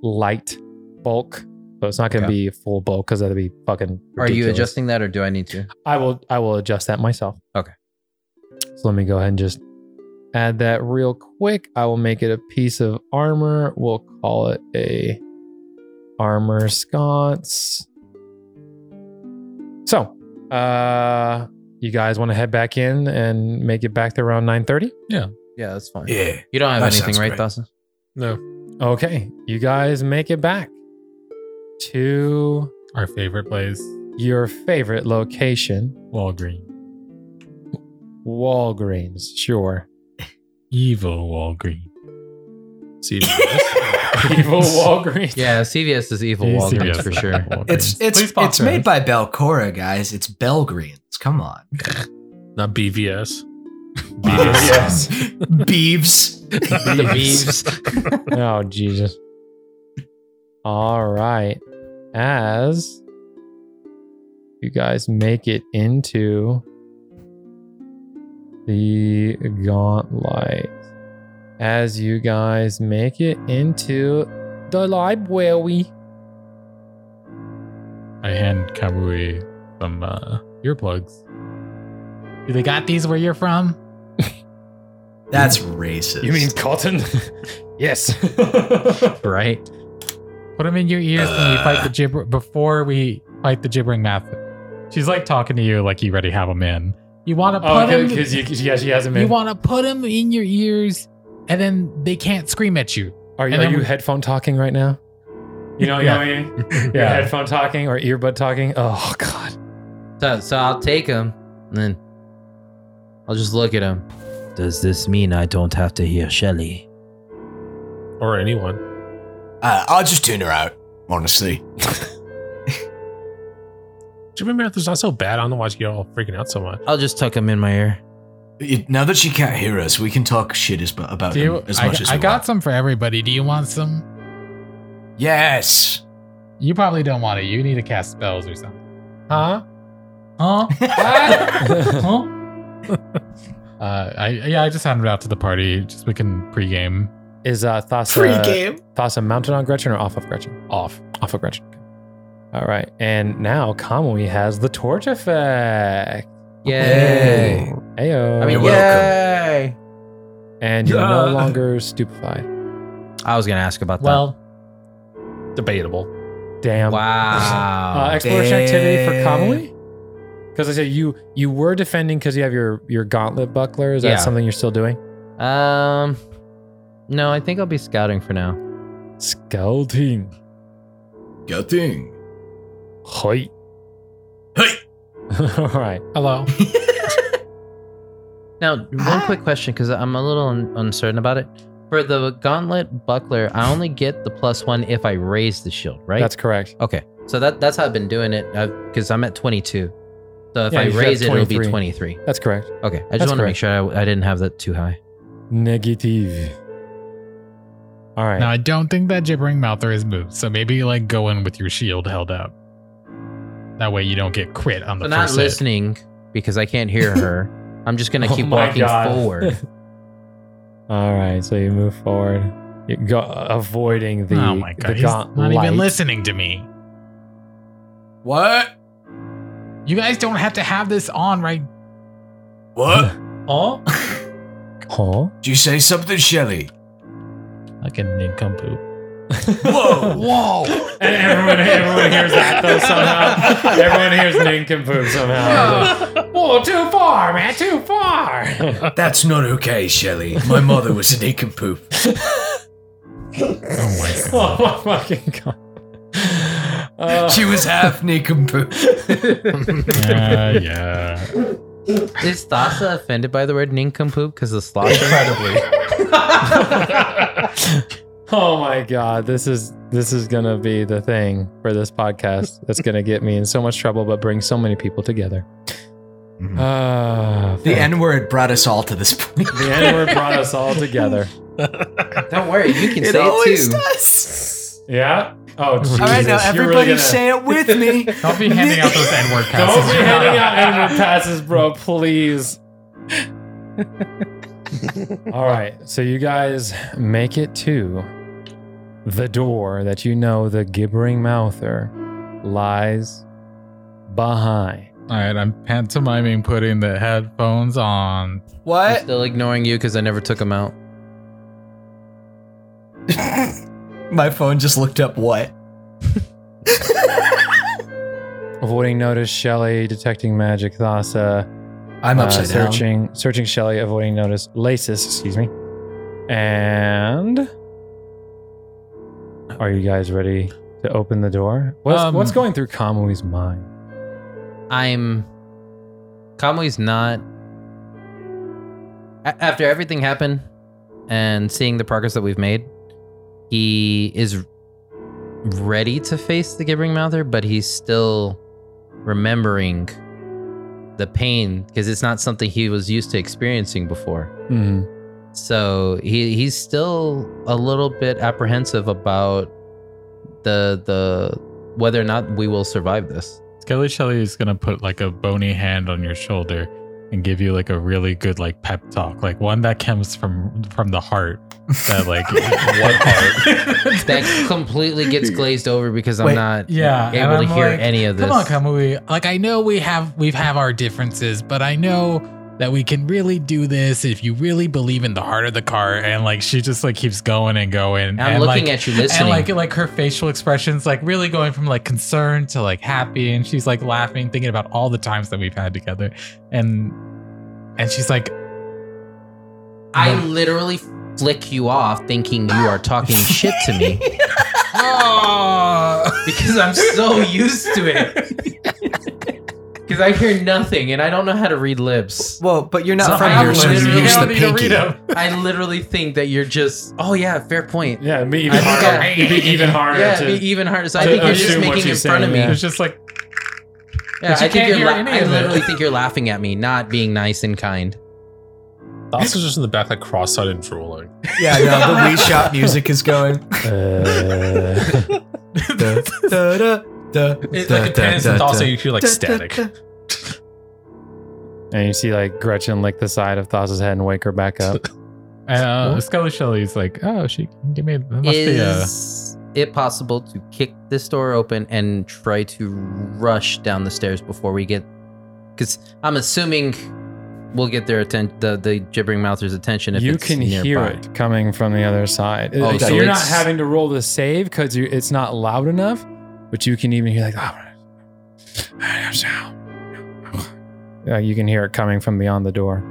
light bulk. So it's not going to
Okay.
be full bulk because that'd be fucking.
Are you
ridiculous.
adjusting that or do I need to?
I will. I will adjust that myself.
Okay.
So let me go ahead and just add that real quick. I will make it a piece of armor. We'll call it a armor sconce. So, uh, you guys want to head back in and make it back there around nine thirty?
Yeah, that's fine.
Yeah.
You don't have
That
anything,
sounds
right,
great.
Dawson?
<laughs> No,
Okay, you guys make it back to
Our favorite place,
your favorite location,
Walgreens.
Walgreens. Sure.
Evil Walgreens.
see this. <laughs>
Evil Walgreens.
Yeah, CVS is evil
Yeah,
Walgreens
CVS
for
is
sure.
evil <laughs> Walgreens.
<laughs> It's
Please
it's it's
sponsor
made
us.
by Belcora, guys. It's Belgreens. Come on.
Not <laughs> BVS. Oh,
Yes. Beeves.
the beeves.
oh Jesus. All right. As you guys make it into the gauntlet. As you guys make it into the library.
I hand Kamui some uh, earplugs.
Do they got these where you're from?
That's racist.
cotton? yes.
right?
Put them in your ears when we fight the gibber before we fight the gibbering math. She's like talking to you like you already have them in.
You want to put
Oh,
them?
because yeah, she hasn't
you
been.
want to put them in your ears, and then they can't scream at you.
Are,
And
are
then
you
we-
headphone talking right now? You know, you know what I mean? Your headphone talking or earbud talking? Oh, God.
So, so I'll take them and then I'll just look at them.
Does this mean I don't have to hear Shelly?
or anyone.
Uh, I'll just tune her out, honestly.
Jimmy Marathon's not so bad. I don't know why you all freaking out so much.
I'll just tuck him in my ear.
You- Now that she can't hear us, we can talk shit as, mu- about
Do
him
you,
as
I,
much as
I
we
got
want.
some for everybody. Do you want some?
Yes.
You probably don't want it. You need to cast spells or something.
Huh?
Huh?
Ah, Huh?
Uh, I yeah, I just handed it out to the party. Just we can pregame.
<laughs> Is uh, Thassa
Free game.
Thassa mounted on Gretchen or off of Gretchen? Off. Off of Gretchen. All right. And now Kamui has the torch effect.
Yay.
Ayo.
I mean,
You're
yay.
and you're no
Yeah.
longer stupefied.
I was going to ask about that.
Well,
Debatable.
Damn.
wow.
Uh, exploration activity for Kamui? Because I said you you were defending because you have your your gauntlet buckler. Is that
Yeah.
something you're still doing?
um, no, I think I'll be scouting for now.
Scouting.
Good thing.
Hi.
Hey.
<laughs> All right.
hello.
Now, one
Ah.
quick question because I'm a little un- uncertain about it. For the gauntlet buckler, I only get the plus one if I raise the shield, right?
That's correct.
uh, okay. So that that's how I've been doing it because I'm at 22. So if
Yeah,
I
you should
raise it,
have
it'll be
23.
23.
That's correct.
Okay. I
That's
just want to
correct.
make sure I, I didn't have that too high.
Negative. All right.
Now I don't think that gibbering mouther has moved, so maybe like go in with your shield held up. That way you don't get quit on the
So
first
not
hit.
listening because I
<laughs>
can't hear her. I'm just going to
Oh
keep
my
walking
God.
forward.
All right. So you move forward, you go, avoiding the.
oh my god,
The
he's not even
light.
listening to me.
What?
You guys don't have to have this
<laughs>
on right.
What?
Oh?
Huh?
<laughs> Did you say something, Shelly?
Like
<laughs>
a nincompoop.
<laughs> Whoa!
Whoa!
And everyone, everyone hears that though somehow. <laughs> Everyone hears nincompoop somehow. <laughs>
Whoa, too far, man, too far.
That's not okay, Shelly. My mother was a nincompoop.
Oh my god.
oh my fucking god. Uh,
She was half nincompoop.
Yeah, Uh, yeah.
Is Thassa offended by the word nincompoop because the slosher?
oh my god, this is this is gonna be the thing for this podcast. That's gonna get me in so much trouble, but bring so many people together.
Mm-hmm.
Ah,
The N word brought us all to
<laughs>
this point.
the N word brought us all together.
Don't worry, you can
It
say
always
it too.
does.
Yeah. Oh, Jesus.
All right, now
You're
everybody
really gonna-
say it with me.
<laughs>
Don't be handing out those N-word passes.
Don't be handing out N-word passes, bro. Please. All right, so you guys make it to the door that you know the gibbering mouther lies behind.
All right, I'm pantomiming putting the headphones on.
I'm
What?
still ignoring you because I never took them out.
<laughs> My phone just looked up what?
<laughs>
Avoiding notice, Shelly detecting magic, Thassa.
I'm
uh,
upside
<laughs>
down.
searching, searching Shelly, avoiding notice, Lasis, excuse me. And are you guys ready to open the door? What's,
Um,
what's going through Kamui's mind?
I'm. Kamui's not. A- after everything happened and seeing the progress that we've made, he is ready to face the Gibbering Mouther, but he's still remembering the pain because it's not something he was used to experiencing before.
Mm-hmm.
So he he's still a little bit apprehensive about the the whether or not we will survive this.
Skelly Shelley is gonna put like a bony hand on your shoulder and give you like a really good like pep talk, like one that comes from from the heart. That like <laughs> one
<laughs>
part.
That completely gets glazed over because I'm
Wait,
not
yeah, and
able to
I'm
hear
like,
any of this.
Come on, Kamui. Like I know we have we've have our differences, but I know that we can really do this if you really believe in the heart of the car. And like she just like keeps going and going.
And I'm
and,
looking
like,
at you listening.
And like like her facial expressions, like really going from like concern to like happy, and she's like laughing, thinking about all the times that we've had together, and and she's like,
I literally flick you off thinking you
<laughs>
are talking shit to me <laughs>
oh,
because I'm so used to it.
<laughs>
Because I hear nothing and I don't know how to read lips.
Well, but you're
So
not
I
from here, so
literally
you use the
don't need to read
pinky.
I literally think that you're just, oh yeah, fair point.
Yeah, it'd be even
I think
harder.
I-
It'd be even harder
yeah,
to.
it'd be even harder. So I
to
think you're just
assume what
making
you're
in front of me.
saying,
it's just like But
Yeah,
you
I think
can't
you're.
hear
La-
any
I
of it.
literally think you're laughing at me, not being nice and kind.
Thassa's just in the back, like cross-eyed and drooling.
Yeah, no, the Wii Shop music is going.
Uh,
e-
Da, da, da, da,
It,
da,
like a
da,
tennis,
da,
and
da,
Thassa, you feel like
da, da,
static.
da.
<laughs> and you see like Gretchen lick the side of Thassa's head and wake her back up.
uh, Scully Shelley's like, oh, she can give me that must be
uh,
a
Is it possible to kick this door open and try to rush down the stairs before we get? Because I'm assuming we'll get their attention, the the gibbering mouthers' attention. If
You
it's
can
nearby.
hear it coming from the other side.
Oh,
Uh,
so
you're not
it's-
having to roll the save because it's not loud enough, but you can even hear like. "Ah, Uh, you can hear it coming from beyond the door.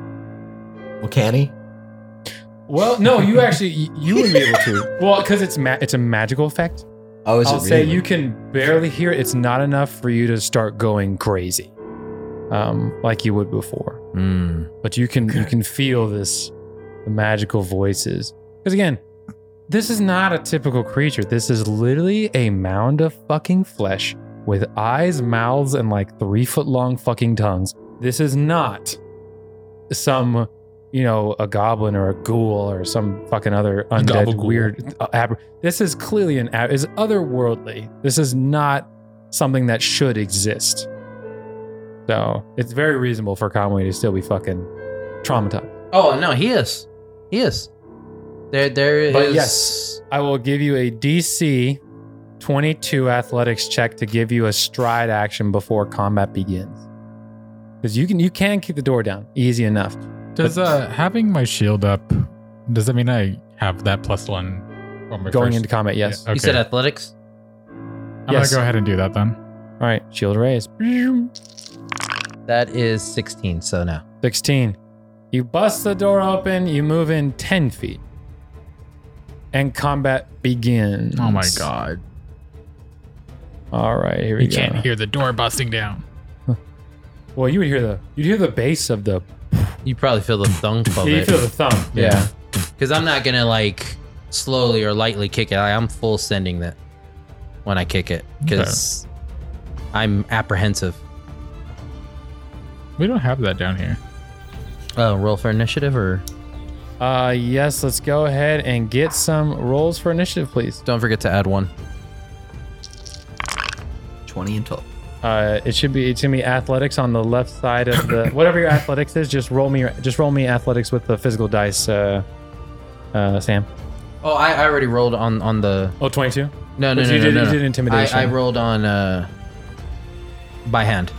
Well, can he?
Well, no, you actually you would be able to. <laughs> Well, because it's ma- it's a magical effect.
Oh, is
I'll
it
say
really?
you can barely hear it. It's not enough for you to start going crazy, um, like you would before.
Hmm.
But you can you can feel this the magical voices. Because again, this is not a typical creature. This is literally a mound of fucking flesh with eyes, mouths, and like three foot long fucking tongues. This is not some, you know, a goblin or a ghoul or some fucking other undead
gobble-ghoul.
weird. uh, ab- this is clearly an ab- is otherworldly. This is not something that should exist. So it's very reasonable for Conway to still be fucking traumatized.
Oh no, he is. He is. There, there is.
But yes, I will give you a DC 22 athletics check to give you a stride action before combat begins. Because you can you can kick the door down easy enough.
Does uh having my shield up does that mean I have that plus one on my
Going
first-
into combat, yes.
Yeah, okay.
You said athletics.
I'm
yes.
gonna go ahead and do that then.
All right, shield raise.
That is 16. So now
16. You bust the door open, you move in 10 feet. And combat begins.
Oh my god.
All right, here we
You
go.
can't hear the door busting down.
Well, you would hear the you'd hear the bass of the
you
<laughs>
probably feel the thunk
Oh,
of
you
it.
feel the thump. yeah.
Because I'm not gonna like slowly or lightly kick it. I, I'm full sending that when I kick it because I'm apprehensive.
We don't have that down here.
Uh, roll for initiative or
Uh, yes, let's go ahead and get some rolls for initiative, please.
don't forget to add one.
20 and 12.
Uh, it should be it's gonna be athletics on the left side of <coughs> the whatever your athletics is. Just roll me, your- just roll me athletics with the physical dice, uh, uh, Sam.
Oh, I, I already rolled on on the
Oh, 22?
no no
But
no
you
no,
did-
no,
you
no.
did intimidation.
I, I rolled on uh by hand.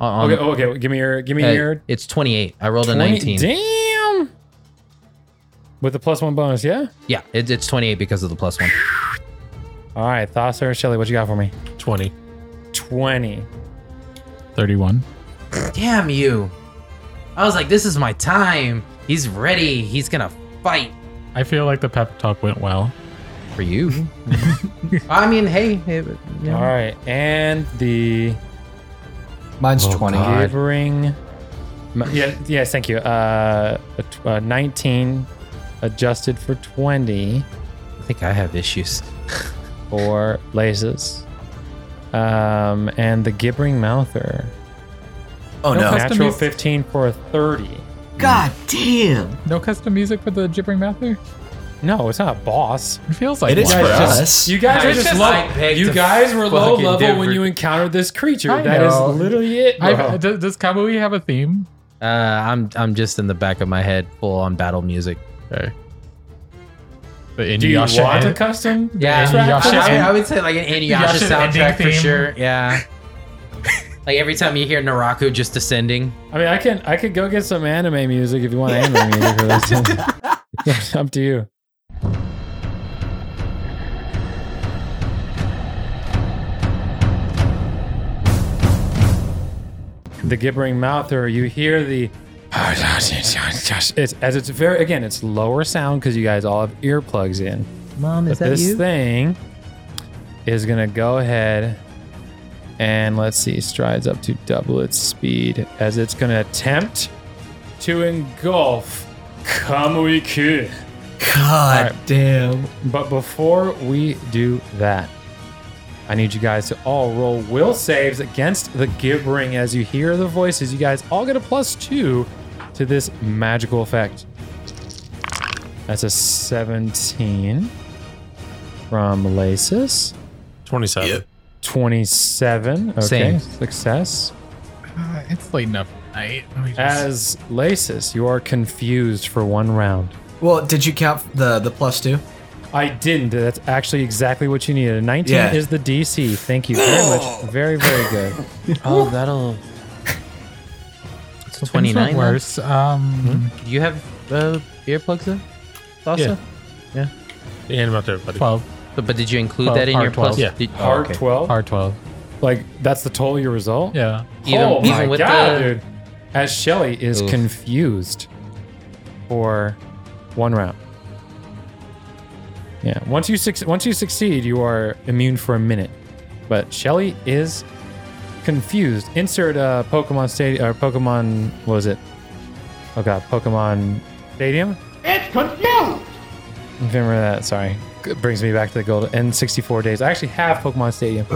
Uh, On, on-
okay, oh, okay. well, Give me your, give me
uh,
your
it's 28. I rolled a
20
19.
Damn. With the plus one bonus, yeah.
Yeah, it, it's 28 because of the plus one.
All right, Thasser, Shelly, what you got for me?
20.
20.
Thirty-one.
Damn you! I was like, this is my time. He's ready. He's gonna fight
I feel like the pep talk went well.
for <laughs> you. I mean, hey, it, you know.
All right, and the
Mine's
Oh,
20.
God.
Quivering. Ma- Yeah, yes, thank you. Uh, a tw- uh, 19 adjusted for 20
I think I have issues.
for Blazes. Um, and the Gibbering Mouther.
Oh,
No,
no.
that's-
Natural
Customize-
15 for a 30.
God damn.
No custom music for the gibbering mather?
No, it's not a boss.
It feels like
It is
one.
for
guys just-
us.
You guys
I
are just
just-
low.
I picked
You
a
guys were low
fucking
level when
different-
you encountered this creature.
I
That is
know.
literally it.
I-
bro.
does, does Kamui have a theme?
Uh, I'm I'm just in the back of my head, full on battle music.
Okay. The
Do you
Inuyasha
want a
en-
custom?
Yeah,
Inuyasha
I, would-
en-
I would say like an Inuyasha
Inuyasha's ending
soundtrack for
theme.
sure. Yeah. like every time you hear Naraku just descending.
I mean, I can I could go get some anime music if you want anime music for <laughs> this. Up to you. The gibbering mouth, or you hear the. It's as it's very again, it's lower sound because you guys all have earplugs in.
Mom,
But this thing is gonna go ahead and let's see, strides up to double its speed as it's gonna attempt to engulf Kamuiku.
God damn.
But before we do that, I need you guys to all roll will saves against the gibbering as you hear the voices. You guys all get a plus two to this magical effect. That's a 17 from Lasis.
27.
Yep.
27. Okay.
Same.
Success.
Uh, it's late enough at night. Let me just-
As Lasis, you are confused for one round.
Well, did you count the the plus two?
I didn't. That's actually exactly what you needed. A 19
Yeah.
is the DC. Thank you very much. Very, very good.
Oh, that'll. It's
Well, things went
29. then.
Worse. Um,
Do you have uh, earplugs in? Thassa?
Yeah. Yeah, I'm out there, buddy.
twelve.
But, but did you include
Twelve,
that in
hard
your plus?
twelve. Yeah.
Did- oh,
Hard
okay.
12.
R twelve.
Like, that's the total of your result?
Yeah.
Even,
oh,
even
my
with
God,
the
dude. As Shelly is
Oof.
confused for one round. Yeah. Once you suc- once you succeed, you are immune for a minute. But Shelly is confused. Insert uh, Pokemon Stadium or Pokemon what was it? Oh god, Pokemon Stadium? It's confused! I can't remember that, sorry. It brings me back to the gold N64 days. I actually have Pokemon Stadium.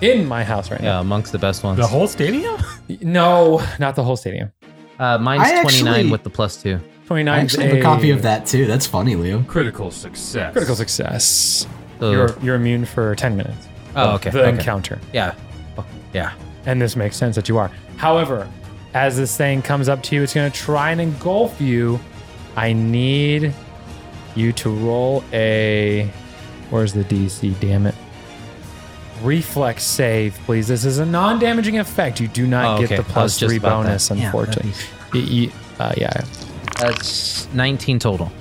in my house right
Yeah, amongst the best ones.
The whole stadium?
now. No, not the whole stadium.
uh, mine's
I
29
actually-
with the plus two.
I
29 's
actually have a copy of that too. That's funny, Leo.
Critical success.
Critical success.
So-
You're, you're immune for 10 minutes.
oh, okay.
The
Uh. okay.
encounter.
Yeah. Oh, yeah.
And this makes sense that you are. However, as this thing comes up to you, it's going to try and engulf you. I need you to roll a. Where's the DC? Damn it. Reflex save, please. This is a non damaging effect. You do not
Oh,
get
okay.
the
I was
plus
just
three
about that.
bonus,
Yeah,
unfortunately. Y- y- uh, yeah.
That's 19 total.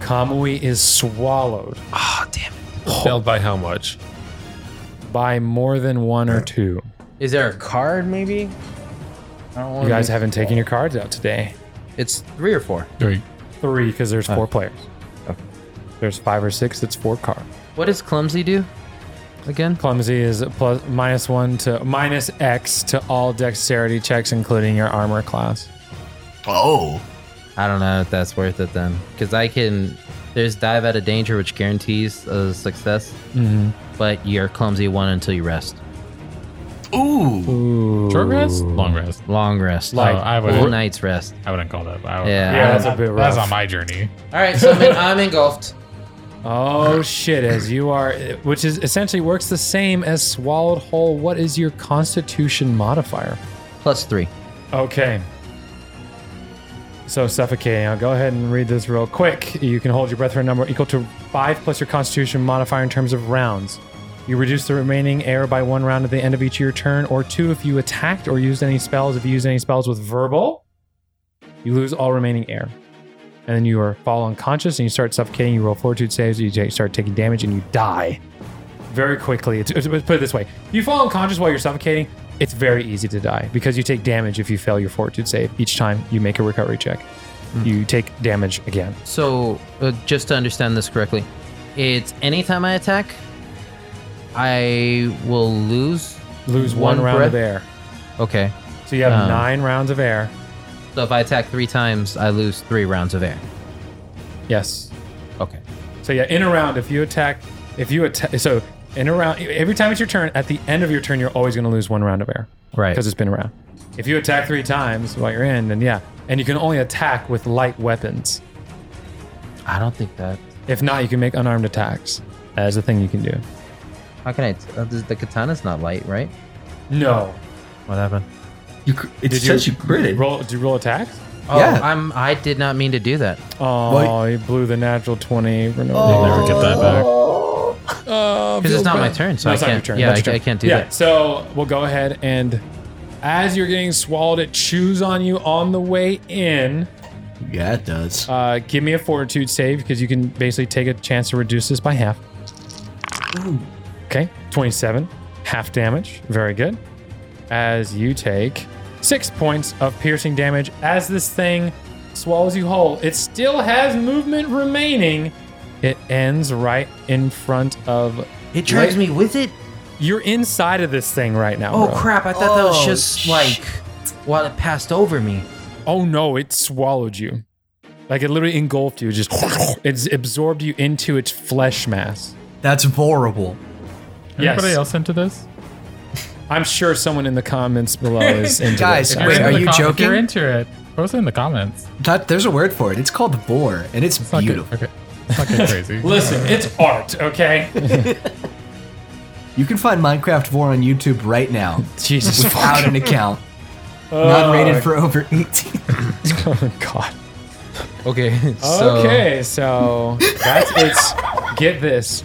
Kamui is swallowed
Ah, damn it.
Failed by how much?
by more than one or two.
Is there a card, maybe? I don't wanna
You guys
be-
haven't taken your cards out today.
It's three or four.
Three.
Three, because there's four players. There's five or six. It's four cards.
What does clumsy do? Again?
Clumsy is plus minus one to minus X to all dexterity checks, including your armor class.
Oh,
I don't know if that's worth it then, because I can. There's dive out of danger, which guarantees a success,
Mm-hmm.
but you're clumsy one until you rest.
ooh,
Ooh.
Short rest? Long rest.
Long rest.
Like, I would-
full night's rest.
I wouldn't call that. I would,
Yeah.
Yeah, that's a bit
That's
rough.
on my journey.
All right, so I'm, in, I'm engulfed.
Oh shit! As you are, which is essentially works the same as swallowed whole. What is your Constitution modifier?
Plus three.
Okay. So suffocating. I'll go ahead and read this real quick. You can hold your breath for a number equal to five plus your Constitution modifier in terms of rounds. You reduce the remaining air by one round at the end of each of your turn, or two if you attacked or used any spells. If you used any spells with verbal, you lose all remaining air. And then you are fall unconscious and you start suffocating. You roll fortitude saves. You ta- start taking damage and you die very quickly. It's, it's, put it this way: you fall unconscious while you're suffocating. It's very easy to die because you take damage if you fail your fortitude save. Each time you make a recovery check, you take damage again.
So, uh, just to understand this correctly, it's anytime I attack, I will lose.
Lose one, Oh.
One
round of air,
breath. Okay.
so you have
Um.
nine rounds of air.
So if I attack three times, I lose three rounds of air.
Yes.
Okay.
So yeah, in a round, if you attack, if you attack, so in a round, every time it's your turn, at the end of your turn, you're always going to lose one round of air
Right.
because it's been a round. If you attack three times while you're in, then yeah, and you can only attack with light weapons.
I don't think that.
If not, you can make unarmed attacks as a thing you can do.
How can I? T- uh, the katana's not light, right?
No,
What happened?
you, cr- it says you critted.
Roll, do you roll attacks?
Oh,
Yeah.
I'm. I did not mean to do that.
Oh,
Well,
he blew the natural 20. We're no-
Oh.
I'll never get that back.
Oh,
Because
feels
it's not my
bad.
turn, so
No,
I
it's not your
can't-
turn.
yeah,
That's
I-
your
I
turn.
can't do
yeah,
that.
So we'll go ahead and as you're getting swallowed, it chews on you on the way in.
Yeah, it does.
Uh, give me a fortitude save because you can basically take a chance to reduce this by half. Okay, 27, half damage. Very good. As you take six points of piercing damage as this thing swallows you whole, it still has movement remaining. It ends right in front of.
It drags me with it?
You're inside of this thing right now.
Oh
bro.
crap, I thought that was
Oh,
just
sh-
like while it passed over me.
Oh no, it swallowed you. Like it literally engulfed you. Just <laughs> it's absorbed you into its flesh mass.
That's horrible.
Yes.
Anybody else into this?
I'm sure someone in the comments
<laughs>
below is into
Guys,
this.
If
Wait,
you're
are
into
you
the com- if
joking?
You're into it. Post it in the comments.
That there's a word for it. It's called vor, and it's,
Fuck it.
beautiful.
Okay. Fucking
<laughs>
crazy.
Listen, it's art,
<laughs>
okay?
You can find Minecraft vor on YouTube right now.
<laughs> Jesus
Without an account,
Oh,
not rated for over 18.
oh, God.
Okay. <laughs>
okay, so that's its. Get this.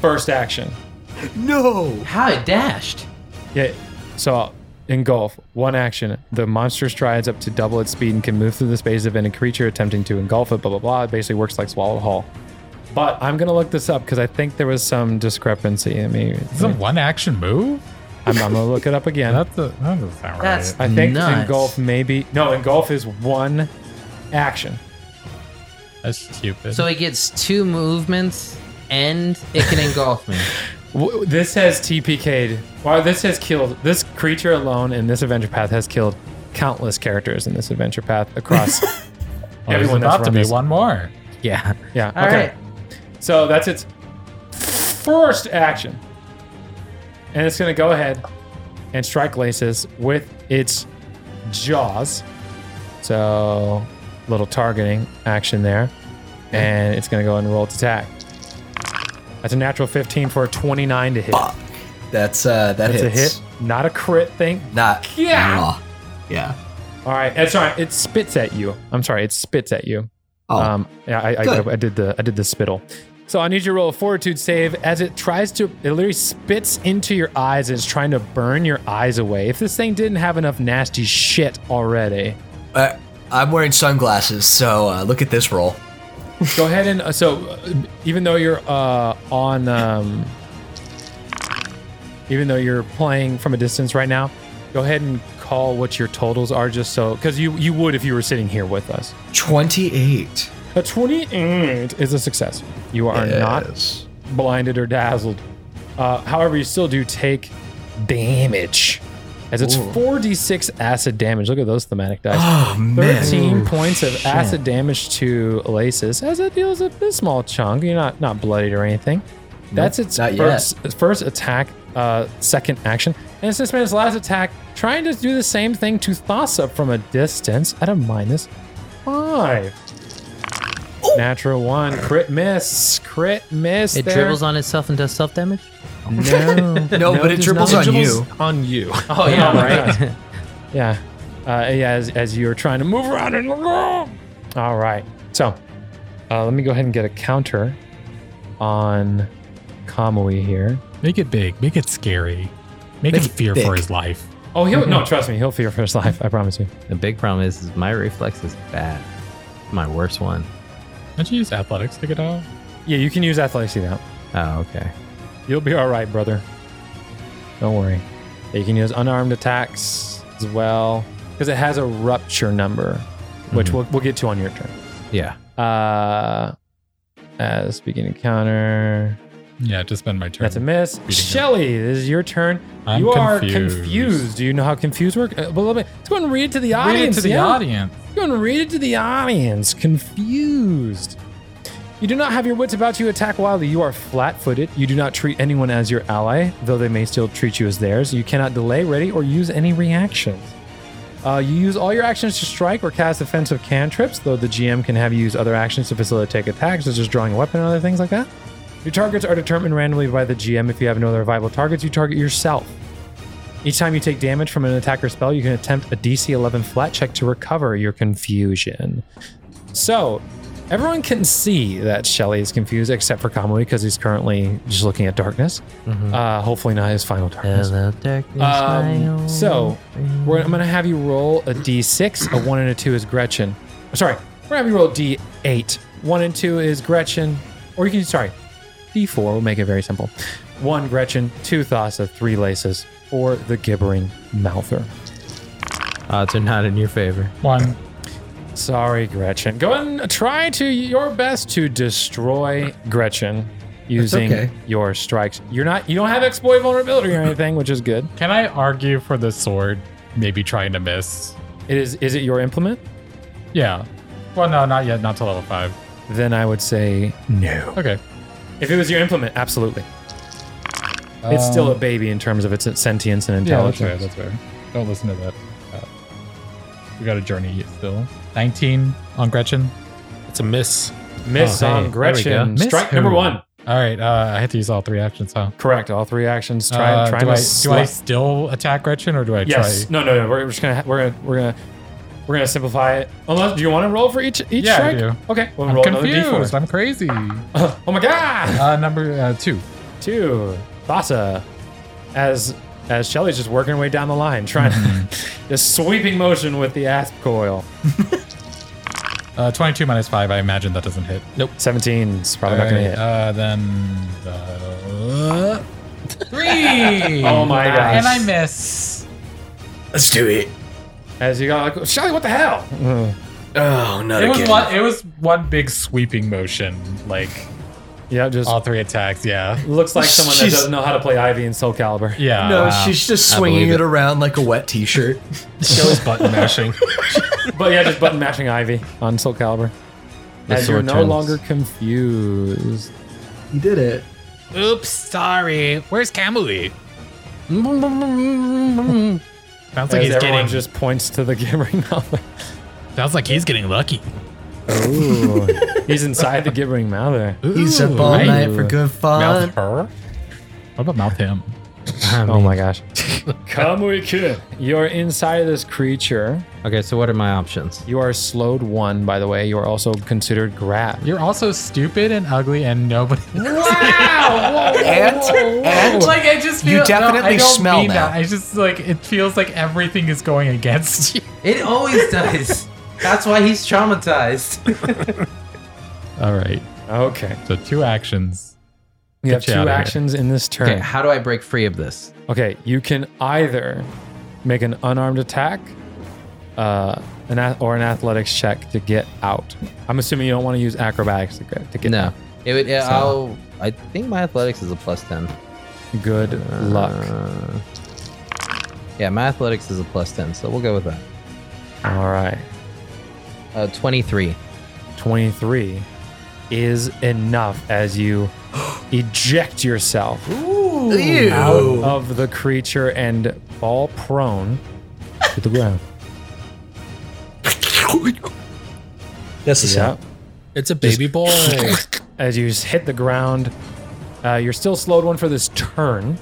First action.
no.
How it dashed.
Yeah. So engulf one action. The monster strides up to double its speed and can move through the space of any creature attempting to engulf it. Blah blah blah. It basically works like swallow hall. But I'm gonna look this up because I think there was some discrepancy. I
<laughs>
mean,
It's a one action move?
I'm, I'm gonna look it up again.
That's a, that doesn't sound
That's-
right.
I think
Nuts.
engulf maybe no engulf is one action.
That's stupid.
So it gets two movements and it can engulf <laughs> me.
W- This has TPK'd. Wow, this has killed. This creature alone in this adventure path has killed countless characters in this adventure path
<laughs>
across
Well, Oh, there's
everyone that's
about to
run
be
this.
one more.
Yeah.
Yeah.
All
okay.
right.
So that's its first action. And it's going to go ahead and strike Laces with its jaws. So, little targeting action there. And it's going to go and roll its attack. That's a natural 15 for a 29 to hit.
That's uh, that
That's a
hits.
hit. Not a crit thing.
Not
Yeah.
Ah, yeah.
All right. That's all right. It spits at you. I'm sorry. It spits at you.
Oh,
Um, yeah, I,
Good.
I, I did the I did the spittle. So I need you to roll a fortitude save as it tries to it literally spits into your eyes and is trying to burn your eyes away. If this thing didn't have enough nasty shit already.
Uh, I'm wearing sunglasses, so uh, look at this roll. <laughs>
Go ahead and uh, so uh, even though you're uh, on um, even though you're playing from a distance right now, go ahead and call what your totals are just so cuz you you would if you were sitting here with us.
28.
A 28 is a success. You are
Yes.
not blinded or dazzled. Uh, however, you still do take damage. As it's 4d6 acid damage. Look at those thematic dice. <gasps>
Oh, man.
13 points of acid damage to Laces as it deals a bit small chunk. You're not, not bloodied or anything. That's its
not yet.
first, its first attack, uh, second action. And it's this man's last attack, trying to do the same thing to Thassa from a distance at a minus five. Natural one. Crit miss. Crit miss.
It
there.
dribbles on itself and does self damage.
No.
No, but it
does
dribbles
not.
on you.
On
<laughs>
you.
Oh yeah,
my
right.
Yeah. Uh, yeah, as, as you're trying to move around and <laughs> all right. So uh, let me go ahead and get a counter on Kamui here.
Make it big. Make it scary. Make,
Make
him
it
fear for
big.
his life.
Oh, he'll <laughs> no, trust me, he'll fear for his life. I promise you.
the big problem is, is my reflex is bad. My worst one.
Don't you use athletics to get out?
Yeah, you can use athletics to do that.
Oh okay.
You'll be all right, brother. Don't worry. You can use unarmed attacks as well because it has a rupture number, which we'll, we'll get to on your turn.
Yeah.
Uh, as beginning counter,
Yeah, just spend my turn.
that's a miss. Shelly, this is your turn.
I'm
you are
confused.
confused. Do you know how confused work? Uh, but let me- let's go ahead and read it to the
Read it
audience.
to the
yeah?
audience.
Go and read it to the audience. Confused. You do not have your wits about you. Attack wildly. You are flat footed. You do not treat anyone as your ally, though they may still treat you as theirs. You cannot delay, ready, or use any reactions. Uh, you use all your actions to strike or cast offensive cantrips, though the GM can have you use other actions to facilitate attacks, such as drawing a weapon and other things like that. Your targets are determined randomly by the GM. If you have no other viable targets, you target yourself. Each time you take damage from an attack or spell, you can attempt a DC 11 flat check to recover your confusion. So, everyone can see that Shelly is confused except for Kamui because he's currently just looking at darkness. Uh, hopefully, not his final darkness.
Hello, darkness. my
Um,
old
so,
friend.
we're, I'm going to have you roll a d6. A 1 and a 2 is Gretchen. Oh, Sorry, we're going to have you roll d8. 1 and 2 is Gretchen. Or you can, sorry, d4. We'll make it very simple. 1 Gretchen, 2 Thassa, 3 Laces, or the gibbering mouther.
odds are not in your favor.
One.
Sorry, Gretchen. Go and try to your best to destroy Gretchen using
okay.
your strikes. You're not you don't have exploit vulnerability or anything, which is good.
Can I argue for the sword? Maybe trying to miss.
It is is it your implement?
Yeah. Well, no, not yet. Not to level five.
Then I would say no.
Okay.
If it was your implement, absolutely. it's still a baby in terms of its sentience and
Uh, Yeah, that's
intelligence.
fair. That's fair. Don't listen to that. Uh, we got a journey yet still. 19 on Gretchen.
It's a miss.
Miss
Oh, hey,
on
there we go.
Gretchen.
Miss
Strike
who?
number one.
All right. Uh, I had to use all three actions, huh?
Correct. All three actions. Try
Uh,
try
do,
to
I, do
sli-
I still attack Gretchen or do I
Yes.
try?
No, no, no. We're just gonna we're gonna we're gonna we're gonna simplify it. Unless do you want to roll for each each
Yeah, I
strike?
do.
Okay. We'll
I'm
roll another
confused.
d4. <laughs>
I'm crazy.
oh my god!
Uh, number uh, two.
Two. Thassa. As as Shelly's just working her way down the line, trying
<laughs>
to just sweeping motion with the asp coil.
Uh, 22 minus five. I imagine that doesn't hit. Nope.
17's probably not gonna hit.
Uh, then uh,
<laughs>
three.
Oh my gosh.
And I miss.
Let's do it.
As you go like Shelly, what the hell?
Oh, not
It
again.
was one. It was one big sweeping motion, like
yeah, just
all three attacks. Yeah.
<laughs> looks like someone that
She's-
doesn't know how to play Ivy in Soul Calibur.
Yeah.
no, she's just
I
swinging
believe
it,
it.
around like a wet <laughs> t-shirt.
Shell's button
<laughs>
mashing.
<laughs> But yeah, just button mashing Ivy on Soul Calibur.
The
As you're
sword
no
turns.
longer confused.
he did it.
Oops, sorry. Where's Kamui? Sounds like he's
everyone
getting
just points to the <laughs> gibbering mouth.
sounds like he's getting lucky.
Ooh, he's inside the gibbering mouth.
He's up all
right.
night for good
Mouth
fun.
her? What about mouth him?
Oh my gosh! <laughs> Come we can. You're inside of this creature.
Okay, so what are my options?
You are slowed one, by the way. You are also considered grabbed.
You're also stupid and ugly and nobody.
Wow!
And, and
like I just feel,
You
no, I
definitely
don't
smell
mean
now.
that. I just like it feels like everything is going against <laughs> you.
It always does. That's why he's traumatized.
All right,
Okay.
so two actions.
You have
you out
two
of here.
actions in this turn.
<laughs> okay, how do I break free of this?
Okay, you can either make an unarmed attack uh, an ath- or an athletics check to get out. I'm assuming you don't want to use acrobatics to get, to get
No,
out.
it would. It, I'll. I think my athletics is a plus ten.
Good luck.
Uh, yeah, my athletics is a plus ten, so we'll go with that.
All right.
Uh, Twenty-three.
23 is enough as
<gasps>
you eject yourself out of the creature and fall prone to the ground.
That's the sound.
Yeah.
It's a baby boy.
as you just hit the ground. Uh, you're still slowed one for this turn,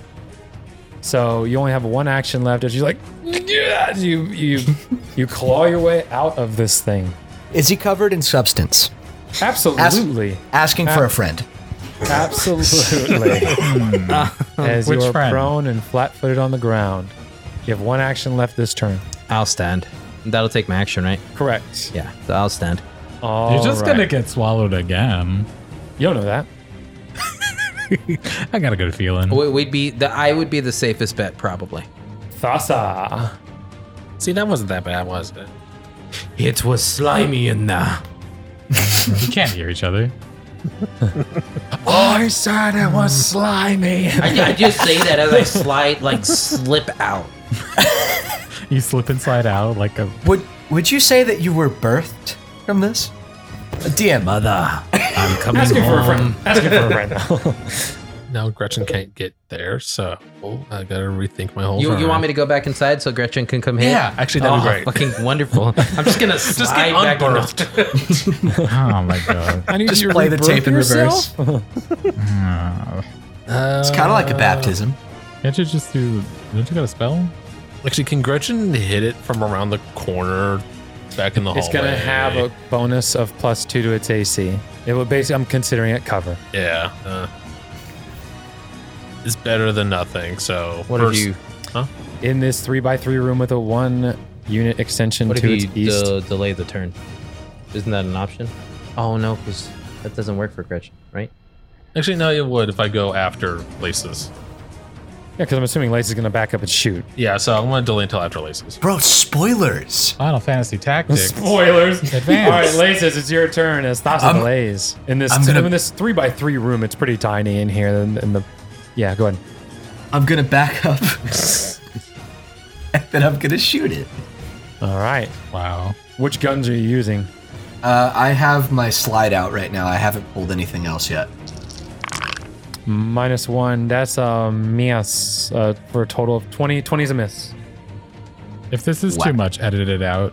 so you only have one action left. As you like, <laughs> "Yeah," you
<laughs>
you you claw your way out of this thing.
Is he covered in substance?
Absolutely,
Asking for a friend.
<laughs>
absolutely. <laughs> as you
Which
are
friend?
prone and flat-footed on the ground, you have one action left this turn.
I'll stand. That'll take my action, right?
Correct.
Yeah, so I'll stand.
All
You're just gonna
right.
get swallowed again.
You don't know that.
I got a good feeling.
We, we'd be the. I would be the safest bet, probably.
Thassa.
See, that wasn't that bad, was it?
It was slimy in there.
We can't hear each
<laughs>
other.
I said it was slimy.
<laughs> I, I just say that as I slide, like slip out.
You slip and slide out like a.
Would Would you say that you were birthed from this?
Dear mother, I'm coming
Asking for a
home.
friend. Asking for a friend now.
Now Gretchen can't get there, so oh, I gotta rethink my whole.
You, you want me to go back inside so Gretchen can come here?
Yeah, actually, that'd be
Oh,
great.
Fucking wonderful. <laughs> I'm just gonna slide
Just get
back in. <laughs>
unbirthed.
Oh my god.
I
<laughs>
need
Just
you to
play the
rebirth
tape in
yourself?
Uh,
It's kind of like a baptism.
can't you just do? Don't you got a spell?
Uh, Actually, can Gretchen hit it from around the corner, back in the hallway?
It's gonna have a bonus of plus two to its AC. It will basically. I'm considering it cover.
yeah. Uh, it's better than nothing. So
What
first,
if you?
In this three by three room with a one unit extension
What if
to its
you
east.
de- delay the turn? Isn't that an option? Oh no, because that doesn't work for Gretchen, right?
actually no, it would if I go after laces.
Yeah, because I'm assuming Lace is gonna back up and shoot.
Yeah, so I'm gonna delay until after laces.
Bro, spoilers.
Final Fantasy Tactics.
<laughs> Spoilers.
Advance.
All right, Laces, it's your turn as Thassa
I'm-
delays in this
I'm gonna-
in this three by three room. It's pretty tiny in here. And, and the yeah, go ahead.
I'm gonna back up, <laughs> and then I'm gonna shoot it.
All right,
Wow.
which guns are you using?
Uh, I have my slide out right now. I haven't pulled anything else yet.
Minus one. That's a miss uh, for a total of 20. 20 is a miss.
If this is too much, edit it out.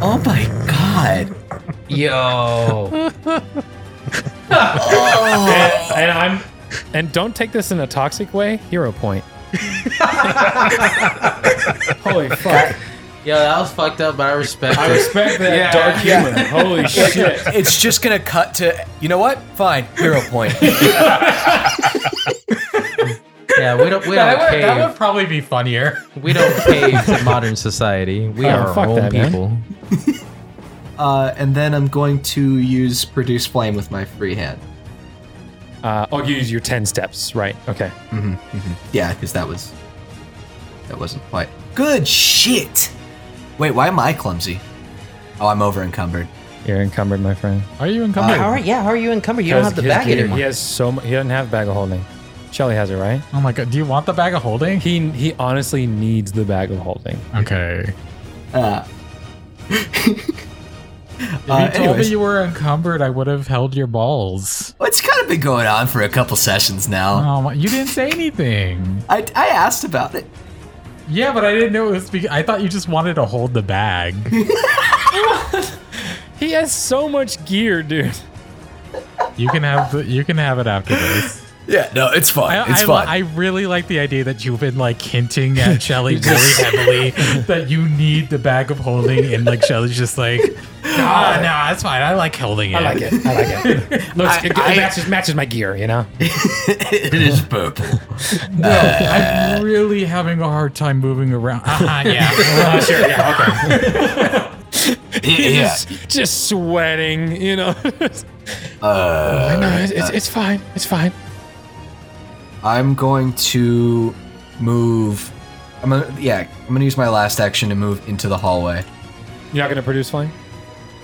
Oh my god!
Yo.
and, and I'm and don't take this in a toxic way. Hero <laughs> point. Holy fuck!
<laughs> Yo, that was fucked up, but I respect
I
it.
respect that dark humor. <laughs> Holy shit!
It's just gonna cut to. You know what? Fine. Hero point.
Yeah, we don't we
That
don't
would, that
cave.
would probably be
<laughs>
funnier.
We don't cave to modern society. We
Oh,
are our
fuck
own
that, man.
people.
Uh, and then I'm going to use produce flame with my free hand.
Uh, oh, you use your ten steps, right? Okay.
Yeah, because that was that wasn't quite good. Shit. Wait, why am I clumsy? Oh, I'm over encumbered.
You're encumbered, my friend.
Are you encumbered?
All right, yeah. How are you encumbered? You don't have the
His
bag
gear-
anymore.
He has so much. He doesn't have bag of holding. Shelly has it, right?
Oh my god. Do you want the bag of holding?
He he honestly needs the bag of holding.
Okay.
Uh,
If you told me you were encumbered, I would have held your balls.
Well, it's kind of been going on for a couple sessions now.
Oh, my- you didn't say anything.
I, I asked about it.
Yeah, but I didn't know it was because I thought you just wanted to hold the bag.
He has so much gear, dude.
you can have the, you can have it after this.
Yeah, no, <laughs> it's fine.
I,
it's
I,
fine.
I really like the idea that you've been like hinting at Shelly very heavily that you need the bag of holding, and like Shelly's just like, nah, nah, it's fine. I like holding it.
I like it. I like <laughs> it. Looks, it, it matches, matches my gear, you know?
<laughs> it is <laughs> purple.
No, I'm really having a hard time moving around. Uh-huh, yeah.
Uh, sure, yeah, okay.
yeah.
Just, just sweating, you know? <laughs> I know, it's, it's, it's fine. It's fine.
I'm going to move. I'm gonna, yeah, I'm gonna use my last action to move into the hallway.
You're not going to produce flame?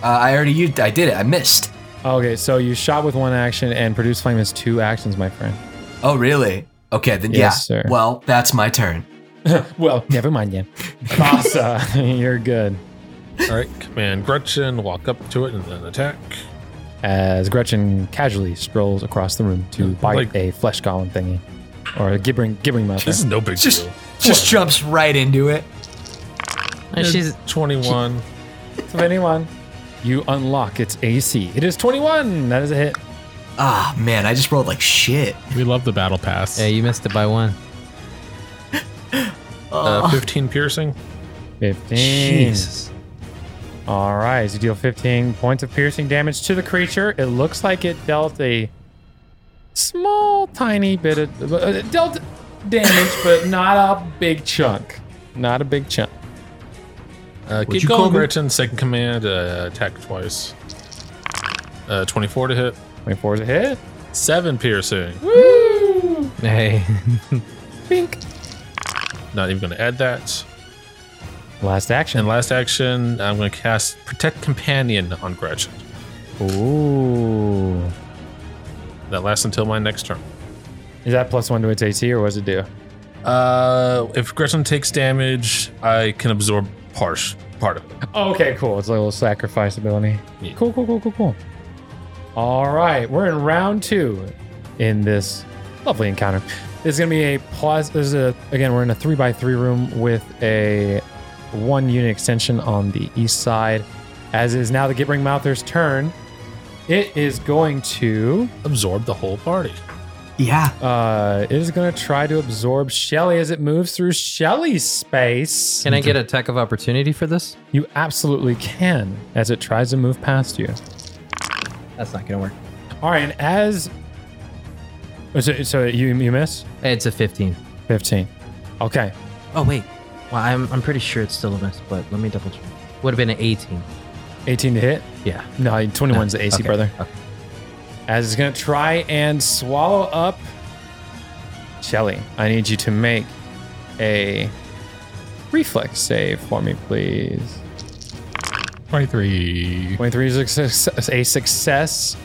Uh, I already used. I did it. I missed.
Okay, so you shot with one action and produce flame is two actions, my friend.
Oh, really? Okay, then
Yes,
yeah.
sir.
Well, that's my turn.
well, <laughs> never mind then. Basa, <laughs> you're good.
All right, command Gretchen, walk up to it and then attack.
As Gretchen casually strolls across the room to bite
like-
a flesh golem thingy or a gibbering gibbering mouth.
This is no big
Just,
deal.
just jumps right into it.
And she's
21.
anyone, you unlock its AC. It is 21. That is a hit.
Ah, man, I just rolled like shit.
We love the battle pass.
yeah, you missed it by one.
Uh, 15 piercing.
15. All right, so you deal 15 points of piercing damage to the creature. It looks like it dealt a small, tiny bit of uh, it dealt damage, but not a big chunk. Not a big chunk.
Uh,
Would
keep
you call
going,
me-
Gretchen. Second command, uh, attack twice. Uh, 24 to hit.
24 is a hit.
Seven piercing.
Woo!
Hey.
Pink.
Not even going to add that.
Last action.
And last action, I'm going to cast Protect Companion on Gretchen.
Ooh.
That lasts until my next turn.
Is that plus one to its AC or what does it do?
Uh, if Gretchen takes damage, I can absorb harsh part of it.
Oh, Okay, cool. It's a little sacrifice ability.
Yeah.
Cool, cool, cool, cool, cool. All right, we're in round two in this lovely encounter. This is gonna be a plus. This is a again. We're in a three by three room with a one unit extension on the east side. As is now the Gibbering Mouther's turn. It is going to.
Absorb the whole party.
Yeah.
Uh, it is going to try to absorb Shelly as it moves through Shelly's space.
Can I get a attack of opportunity for this?
You absolutely can as it tries to move past you.
That's not gonna work.
All right, and as oh, so, so you you miss
It's a 15.
fifteen. Okay,
Oh wait. Well, I'm I'm pretty sure it's still a miss, but let me double check. Would have been an 18.
eighteen to hit.
Yeah.
No, twenty one's the AC,
Okay.
brother.
Okay.
As it's gonna try and swallow up Shelly. I need you to make a reflex save for me, please.
23.
Twenty three is a success. A success.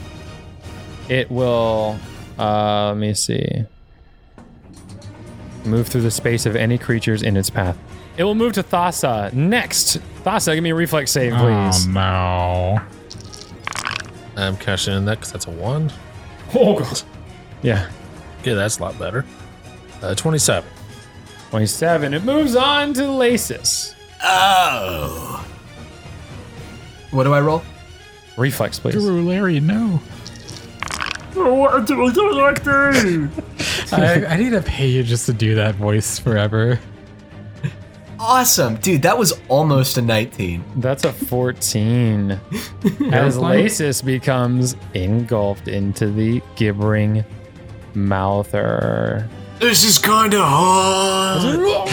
It will. Uh, let me see. Move through the space of any creatures in its path. It will move to Thassa next. Thassa, give me a reflex save, please.
<laughs> Oh, no.
I'm cashing in that because that's a one.
Oh god. Yeah.
Yeah, that's a lot better. Uh, 27.
27. It moves on to Lasis.
Oh. What do I roll?
Reflex, please.
Drew, Larry, no. <laughs> I, I need to pay you just to do that voice forever.
Awesome, dude. That was almost a 19.
That's a 14. As Lasis becomes engulfed into the gibbering mouther.
This is kind of hard.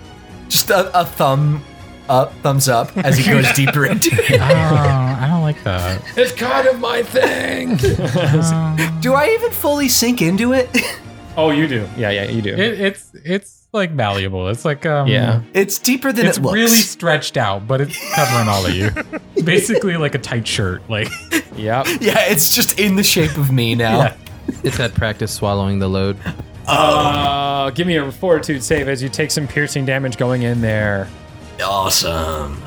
<laughs> Just a, a thumb up, thumbs up as he
<laughs>
goes deeper into it.
Oh, I don't like that.
It's kind of my thing.
Do I even fully sink into it? <laughs>
oh, you do. Yeah, yeah, you do.
It, it's it's like malleable. It's like um
yeah.
It's deeper than
It's
it looks.
really stretched out, but it's covering all of
<laughs>
you. Basically, like a tight shirt. Like
Yep.
<laughs> yeah, it's just in the shape of me now.
Yeah.
It's had practice swallowing the load.
Uh, give me a fortitude save as you take some piercing damage going in there.
Awesome.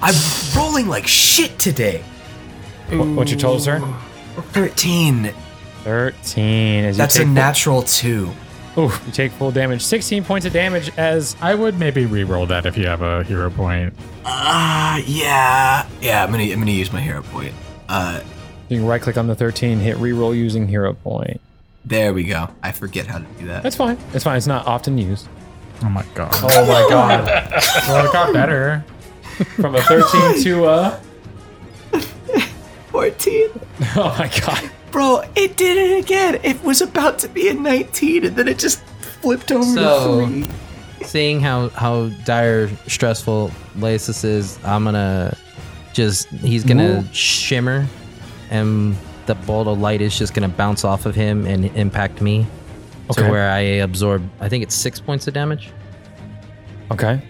I'm rolling like shit today.
What, what you told, sir?
13.
13. As
That's
you
a
take
natural two.
Full, Ooh, you take full damage. 16 points of damage as.
I would maybe re-roll that if you have a hero point.
Ah, yeah, yeah. I'm gonna I'm gonna use my hero point. Uh,
You can right click on the 13, hit reroll using hero point.
there we go. I forget how to do that.
That's fine. It's fine. It's not often used.
Oh my god.
Oh my god.
well, it got better.
From
<laughs>
a 13 to uh, a.
14.
<laughs> Oh my god.
Bro, it did it again. It was about to be a 19, and then it just flipped over
So-
to three.
Seeing how how dire, stressful Lasis is, I'm gonna just he's gonna shimmer, and the bolt of light is just gonna bounce off of him and impact me,
Okay.
to where I absorb. I think it's six points of damage.
Okay.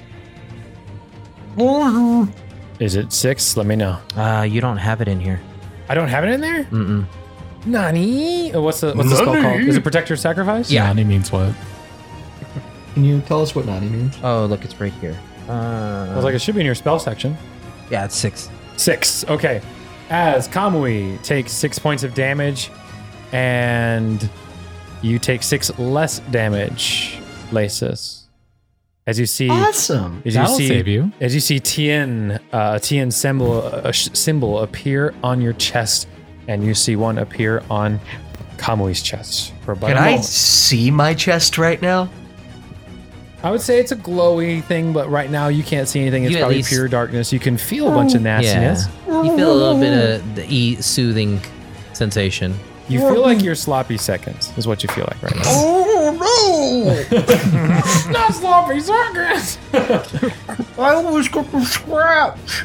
Is it six? Let me know.
Uh, you don't have it in here.
I don't have it in there?
Mm-mm.
Nani? Uh, What's the, what's the spell
Nani?
called? Is it Protector Sacrifice?
Yeah.
Nani means what?
Can you tell us what 90 means?
Oh, look, it's right here.
I was like, it should be in your spell section.
Yeah, it's six.
Six. Okay. As Kamui takes six points of damage, and you take six less damage, Lasis. As you see,
Awesome.
as you
That'll
see,
save you.
as you see Tien, uh, a Tien symbol, a sh- symbol appear on your chest, and you see one appear on Kamui's chest for about
Can
a
I
moment.
see my chest right now?
I would say it's a glowy thing, but right now you can't see anything. It's
You at
probably
least-
pure darkness. You can feel a bunch of nastiness.
Yeah. You feel a little bit of the e soothing sensation.
You feel like you're sloppy seconds, is what you feel like right now.
Oh no!
Not sloppy seconds!
I always go from scratch.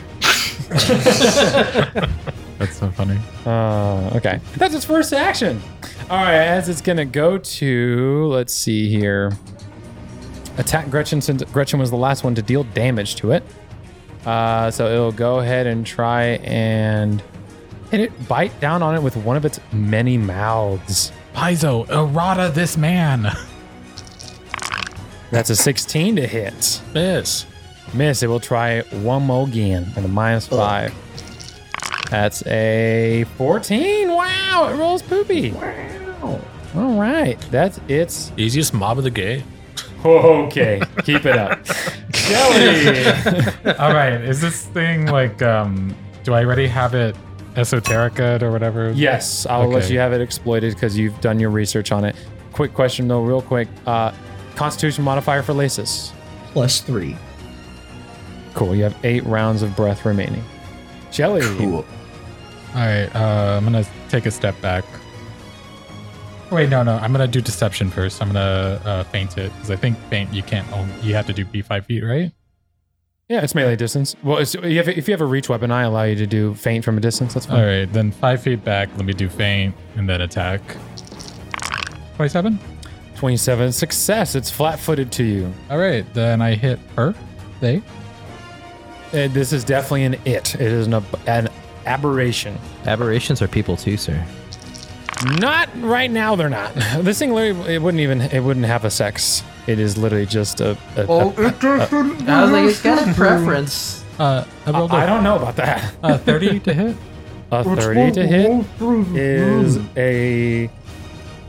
That's so funny.
Uh, okay. That's its first action. All right, as it's going to go to, let's see here. Attack Gretchen since Gretchen was the last one to deal damage to it. Uh, so it'll go ahead and try and hit it, bite down on it with one of its many mouths.
Paizo, errata this man.
That's a 16 to hit.
Yes.
Miss, it will try one more again and a minus five. That's a 14. Wow, it rolls poopy. Wow. All right, that's its.
Easiest mob of the gay.
Okay, keep it <laughs> up. Jelly.
All right, is this thing like um do I already have it esoterica or whatever?
yes, I'll let
Okay.
you have it exploited because you've done your research on it. Quick question though, real quick. Uh, Constitution modifier for Lasis.
Plus three.
Cool. You have eight rounds of breath remaining. Jelly.
Cool.
All right, uh, I'm gonna take a step back. Wait, no, no, I'm gonna do deception first. I'm gonna uh, faint it because I think faint you can't. Own, you have to do B five feet, right?
Yeah, it's melee distance. Well, it's, you have, if you have a reach weapon, I allow you to do feint from a distance. That's fine.
All right, then five feet back. Let me do faint and then attack. Twenty-seven.
27 success. It's flat footed to you.
All right, then I hit her. They.
Uh, this is definitely an it. It is an, ab- an aberration.
Aberrations are people too, sir.
Not right now, they're not. <laughs> This thing literally, it wouldn't even, it wouldn't have a sex. It is literally just a. a- a-
Oh.
I was like, it's got a <laughs> preference.
Uh, I rolled a
I don't know about that.
uh, thirty to hit.
A 30 to hit is a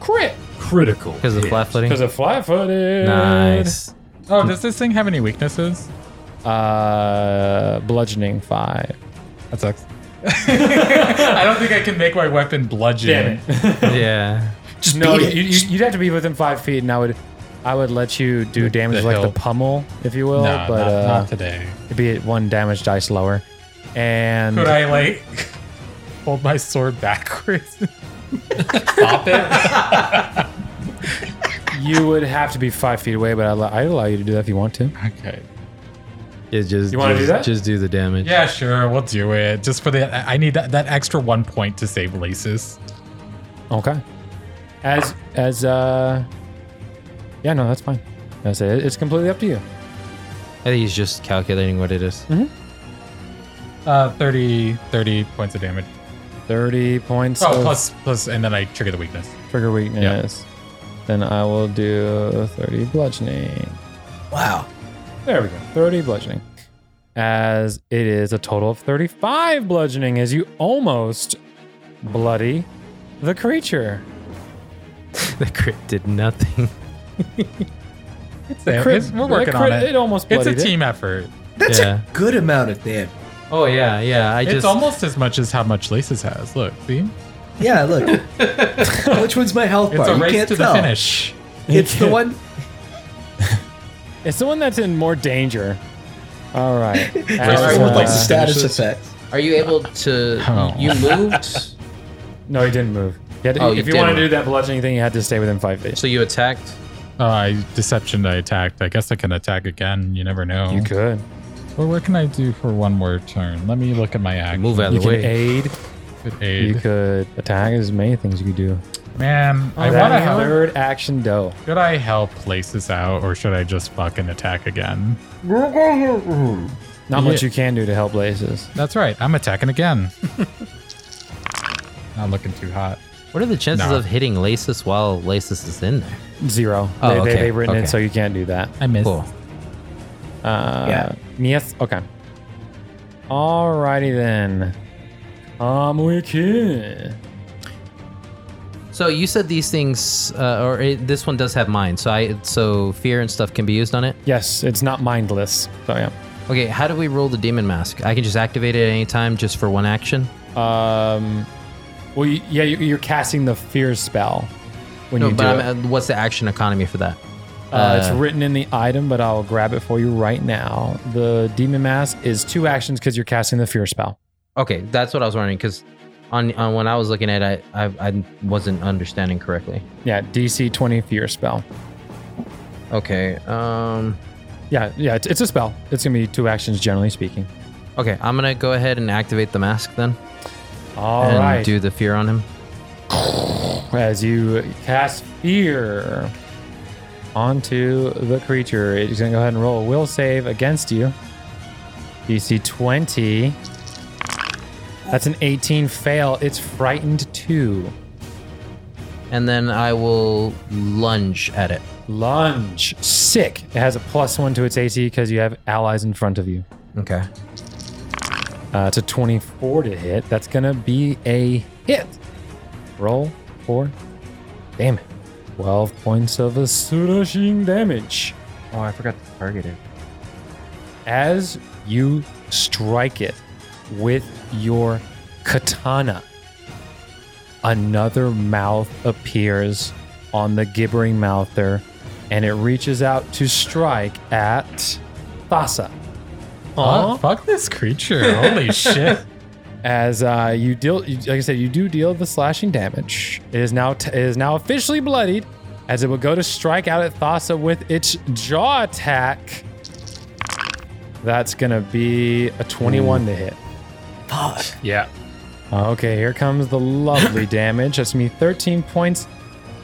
crit
Critical.
Because of flat footing.
because of flat footed.
Nice.
Oh, does this thing have any weaknesses?
Uh, bludgeoning five.
That sucks. <laughs> I don't think I can make my weapon bludgeon.
yeah.
Just
<laughs> No,
beat
you,
it.
you, you'd have to be within five feet, and I would, I would let you do damage
the
like
hill.
the pummel, if you will.
No,
but
not,
uh,
not today.
it'd be at one damage dice lower. And
Could I like <laughs> hold my sword backwards? <laughs> Stop it.
you would have to be five feet away, but I'd, allow- I'd allow you to do that if you want to.
Okay.
Yeah, just,
You wanna do
just,
that?
Just do the damage.
Yeah, sure. We'll do it. Just for the, I I need that, that extra one point to save Laces.
Okay. As as uh, yeah, no, that's fine. That's it. It's completely up to you.
I think he's just calculating what it is.
Mm-hmm.
Uh, 30, 30 points of damage.
Thirty points
Oh,
of
plus, plus, and then I trigger the weakness.
trigger weakness. Then I will do thirty bludgeoning.
Wow.
There we go. Thirty bludgeoning. as it is a total of 35 bludgeoning as you almost bloody the creature.
<laughs> the crit did nothing.
It's
The
a-
crit-
it's- we're
the
working on
crit-
it.
it almost
It's a
bloodied it.
team effort.
That's a Yeah.
good amount of damage.
<laughs> Oh yeah, yeah. I
it's
just
almost as much as how much Laces has. Look, see,
Yeah, look. Which one's my health
it's
bar?
a
You
race
can't
to
tell.
the finish.
It's the one.
It's the one that's in more danger. All right. As,
with, like,
uh,
status effect.
Are you able to? You moved,
No, he didn't move. You had to-
Oh, you
if you
did
want to
move.
do that bludgeoning thing, you had to stay within five feet.
so you attacked.
Oh, I deception. I attacked. I guess I can attack again. You never know.
You could.
Or what can I do for one more turn? Let me look at my action.
Move out of
You
the
can
way.
aid.
Could
You
aid.
could attack. There's many things you could do.
Man, I
That
want to help.
Third action dough.
Should I help Laces out, or should I just fucking attack again?
Not much
Yeah.
you can do to help Blazes.
That's right. I'm attacking again. <laughs> Not looking too hot.
What are the chances
Nah.
of hitting Lasis while Lasis is in there?
Zero.
Oh,
they,
okay,
have written
okay.
it, so you can't do that.
I missed.
Cool.
Uh, Yes. Okay. Alrighty then. Um, we can.
So you said these things, uh, or it, this one does have mine. So I, so fear and stuff can be used on it.
Yes, it's not mindless. So yeah.
Okay, how do we roll the demon mask? I can just activate it at any time, just for one action.
Um, well, you, yeah, you, you're casting the fear spell when
no,
you do
but
it.
I'm, uh, what's the action economy for that?
Uh, it's written in the item, but I'll grab it for you right now. The demon mask is two actions because you're casting the fear spell.
Okay, that's what I was wondering because on, on when I was looking at it, I, I I wasn't understanding correctly.
Yeah, DC 20 fear spell.
Okay, um,
Yeah, yeah, it's, it's a spell. It's gonna be two actions, generally speaking.
okay, I'm gonna go ahead and activate the mask then,
All right.
and do the fear on him.
As you cast fear onto the creature, it's gonna go ahead and roll a will save against you. DC 20. That's an 18 fail. It's frightened too.
and then I will lunge at it.
Lunge. Sick. It has a plus one to its AC because you have allies in front of you.
Okay.
Uh, it's a 24 to hit. That's going to be a hit. Roll for damage. 12 points of astonishing damage.
Oh, I forgot to target it.
As you strike it with your katana, another mouth appears on the gibbering mouther and it reaches out to strike at Thassa.
Oh, fuck this creature!
<laughs>
Holy shit!
As uh, you deal, you, like I said, you do deal the slashing damage. It is now t- it is now officially bloodied, as it will go to strike out at Thassa with its jaw attack. That's gonna be a twenty-one to hit. Uh,
Fuck.
Yeah.
Okay, here comes the
<laughs>
lovely damage. That's me thirteen points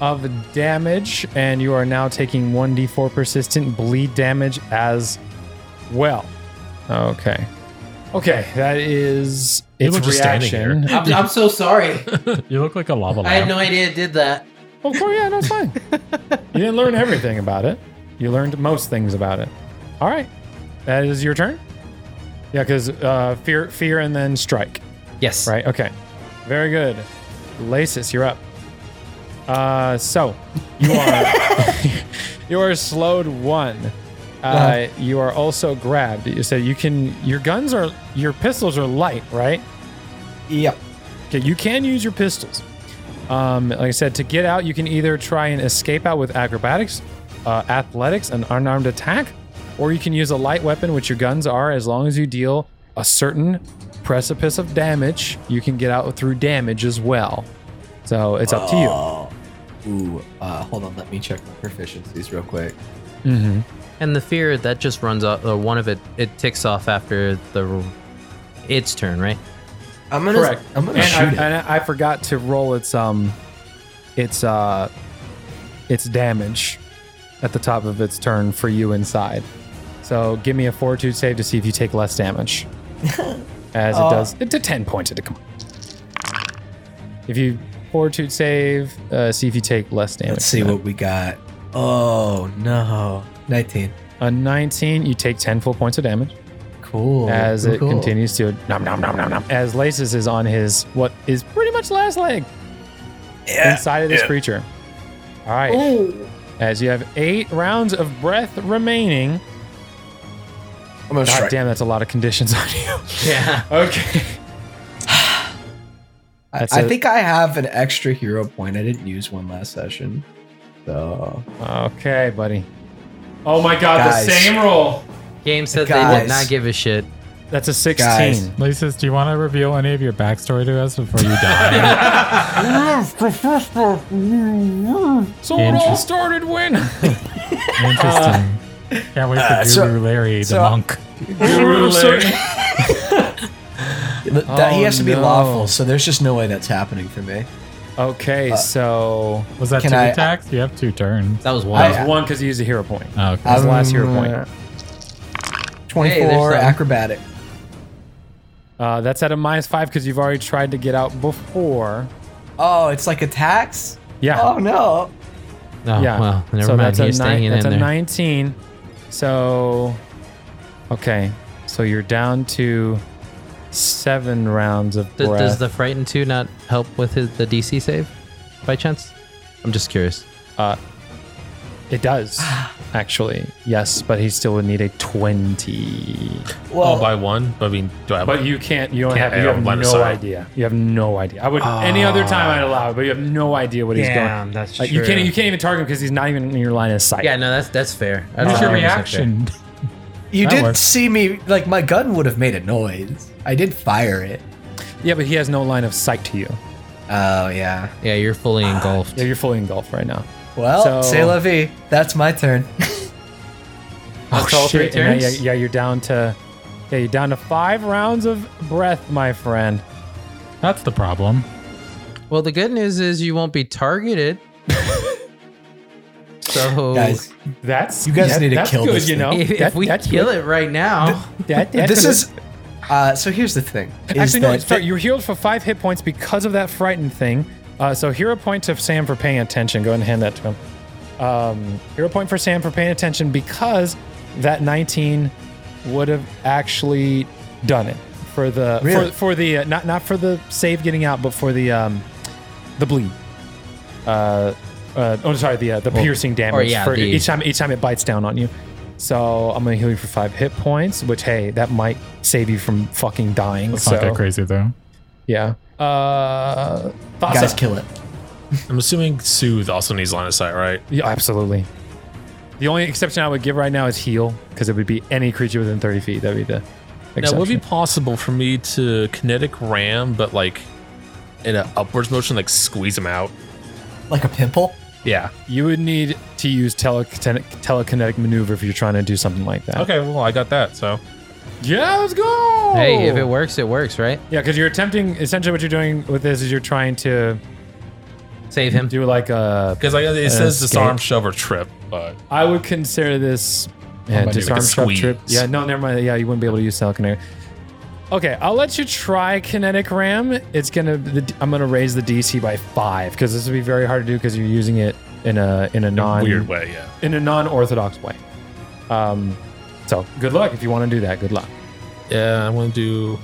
of damage, and you are now taking one d4 persistent bleed damage as well. Okay. Okay, that is
You
its
were just standing
reaction.
here.
I'm, I'm so sorry.
You look like a lava
I had
lamp.
no idea it did that.
Of course, Oh, yeah, that's fine. you didn't learn everything about it. You learned most things about it. All right, that is your turn. Yeah, because uh, fear, fear, and then strike.
Yes.
Right. Okay. Very good. Lasis, you're up. Uh, so you are <laughs> you are slowed one. Uh, you are also grabbed. You said you can. Your guns are your pistols are light, right?
Yep.
Okay, you can use your pistols. Um, like I said, to get out, you can either try and escape out with acrobatics, uh, athletics, an unarmed attack, or you can use a light weapon, which your guns are. As long as you deal a certain precipice of damage, you can get out through damage as well. So it's up to you.
to you. Ooh, uh, hold on. Let me check my proficiencies real quick.
Mm-hmm.
And the fear that just runs off, or one of it, it ticks off after the its turn, right?
I'm gonna.
Correct.
I'm gonna
and,
shoot
I,
it.
and I forgot to roll its um, its uh, its damage at the top of its turn for you inside. So give me a fortitude save to see if you take less damage. As it
Oh.
does, it's a ten points. It come on. If you fortitude save, uh, see if you take less damage.
Let's see
from that.
what we got. Oh no, nineteen.
a nineteen, you take ten full points of damage.
Oh,
Cool.
as
cool,
it
cool.
continues to nom nom nom nom nom as Laces is on his what is pretty much last leg inside of this creature. All right. As you have eight rounds of breath remaining.
I'm gonna
God
strike.
damn, that's a lot of conditions on you. <laughs>
Yeah.
Okay.
I,
That's
I
it.
think I have an extra hero point. I didn't use one last session. So
Okay, buddy. Oh my god,
Guys.
the same roll.
Game said they
Guys.
did not give a shit.
That's a 16.
Guys.
Lysis, do you want to reveal any of your backstory to us before
<laughs>
you die?
So it all started when <laughs>
Interesting. Can't wait for
Uh,
Guru
so-
Larry, the
so-
monk.
Th- that he has to be lawful, so there's just no way that's happening for me.
Okay, so
Was that
Can
two
I- Uh,
attacks? You have two turns.
That was
that
wild.
was one because he used a hero point.
Oh, okay.
That's the last hero
Um,
point.
24
something.
acrobatic.
Uh, that's at a minus five because you've already tried to get out before.
Oh, it's like attacks?
Yeah.
Oh no.
Oh,
yeah.
well, never
so
mind.
that's a,
He's
nine-
staying in
that's a
there.
19. So, okay. So you're down to seven rounds of
Th-
breath.
does the Frightened 2 not help with his, the DC save by chance? I'm just curious.
it does, <sighs> actually. Yes, but he still would need a 20.
All Oh, by one. I mean, do I have
But you can't, you don't
Can't
have, you
have
have
line of
no
sight.
idea. You have no idea. I would, any other time I'd allow it, but you have no idea what he's
Damn,
doing.
that's
Like, you
true.
can't, you can't even target him because he's not even in your line of sight.
Yeah, no, that's that's fair. That's
What's your
100% fair.
reaction?
You
That
did
works.
see me like my gun would have made a noise. I did fire it.
Yeah, but he has no line of sight to you.
Oh yeah.
Yeah, Ah, you're fully engulfed.
Yeah, you're fully engulfed right now.
Well,
So-
say la vie. That's my turn.
That's all three
shit.
Oh, and
turns?
Yeah, yeah, you're down to yeah, you're down to five rounds of breath, my friend.
That's the problem.
Well, the good news is you won't be
<laughs>
targeted. so
Guys,
That's
You guys
that-
need to
that's
kill
good,
this
you
thing.
know.
if, if we kill it right now,
that,
this
that's good.
is uh so here's the thing. is
actually no.
that-
It's fair. You're healed for five hit points because of that frightened thing. Uh, so hero point to Sam for paying attention. Go ahead and hand that to him. Um, hero point for Sam for paying attention because that 19 would have actually done it for the
Really?
for, for the uh, not not for the save getting out, but for the um, the bleed. Uh, uh, oh, sorry, the uh, the piercing damage
or yeah,
for
the-
each time each time it bites down on you. So I'm gonna heal you for five hit points, which hey, that might save you from fucking dying.
It's
so
not that crazy though.
yeah. Uh, Thassa.
guys kill it.
I'm assuming soothe also needs line of sight, right?
Yeah, absolutely. The only exception I would give right now is heal, because it would be any creature within 30 feet. That'd be the
Now,
exception.
would it be possible for me to kinetic ram, but like in an upwards motion, like squeeze him out?
Like a pimple?
Yeah.
you would need to use telekinetic, telekinetic maneuver if you're trying to do something like that.
Okay, well, I got that. So
Yeah, let's go.
hey, if it works, it works, right?
Yeah, because you're attempting. Essentially, what you're doing with this is you're trying to
Save him.
do like a.
because like, it says
escape.
disarm, shove, or trip, but
I would consider this yeah,
gonna do
disarm
like a
shove trip.
squeeze.
Yeah, no, never mind. Yeah, you wouldn't be able to use telekinetic. Okay, I'll let you try kinetic ram. It's gonna. The, I'm gonna raise the DC by five because this would be very hard to do because you're using it in a in a non
weird way. Yeah.
in a non orthodox way. Um, so good luck if you want to do that. Good luck.
Yeah, I want to do.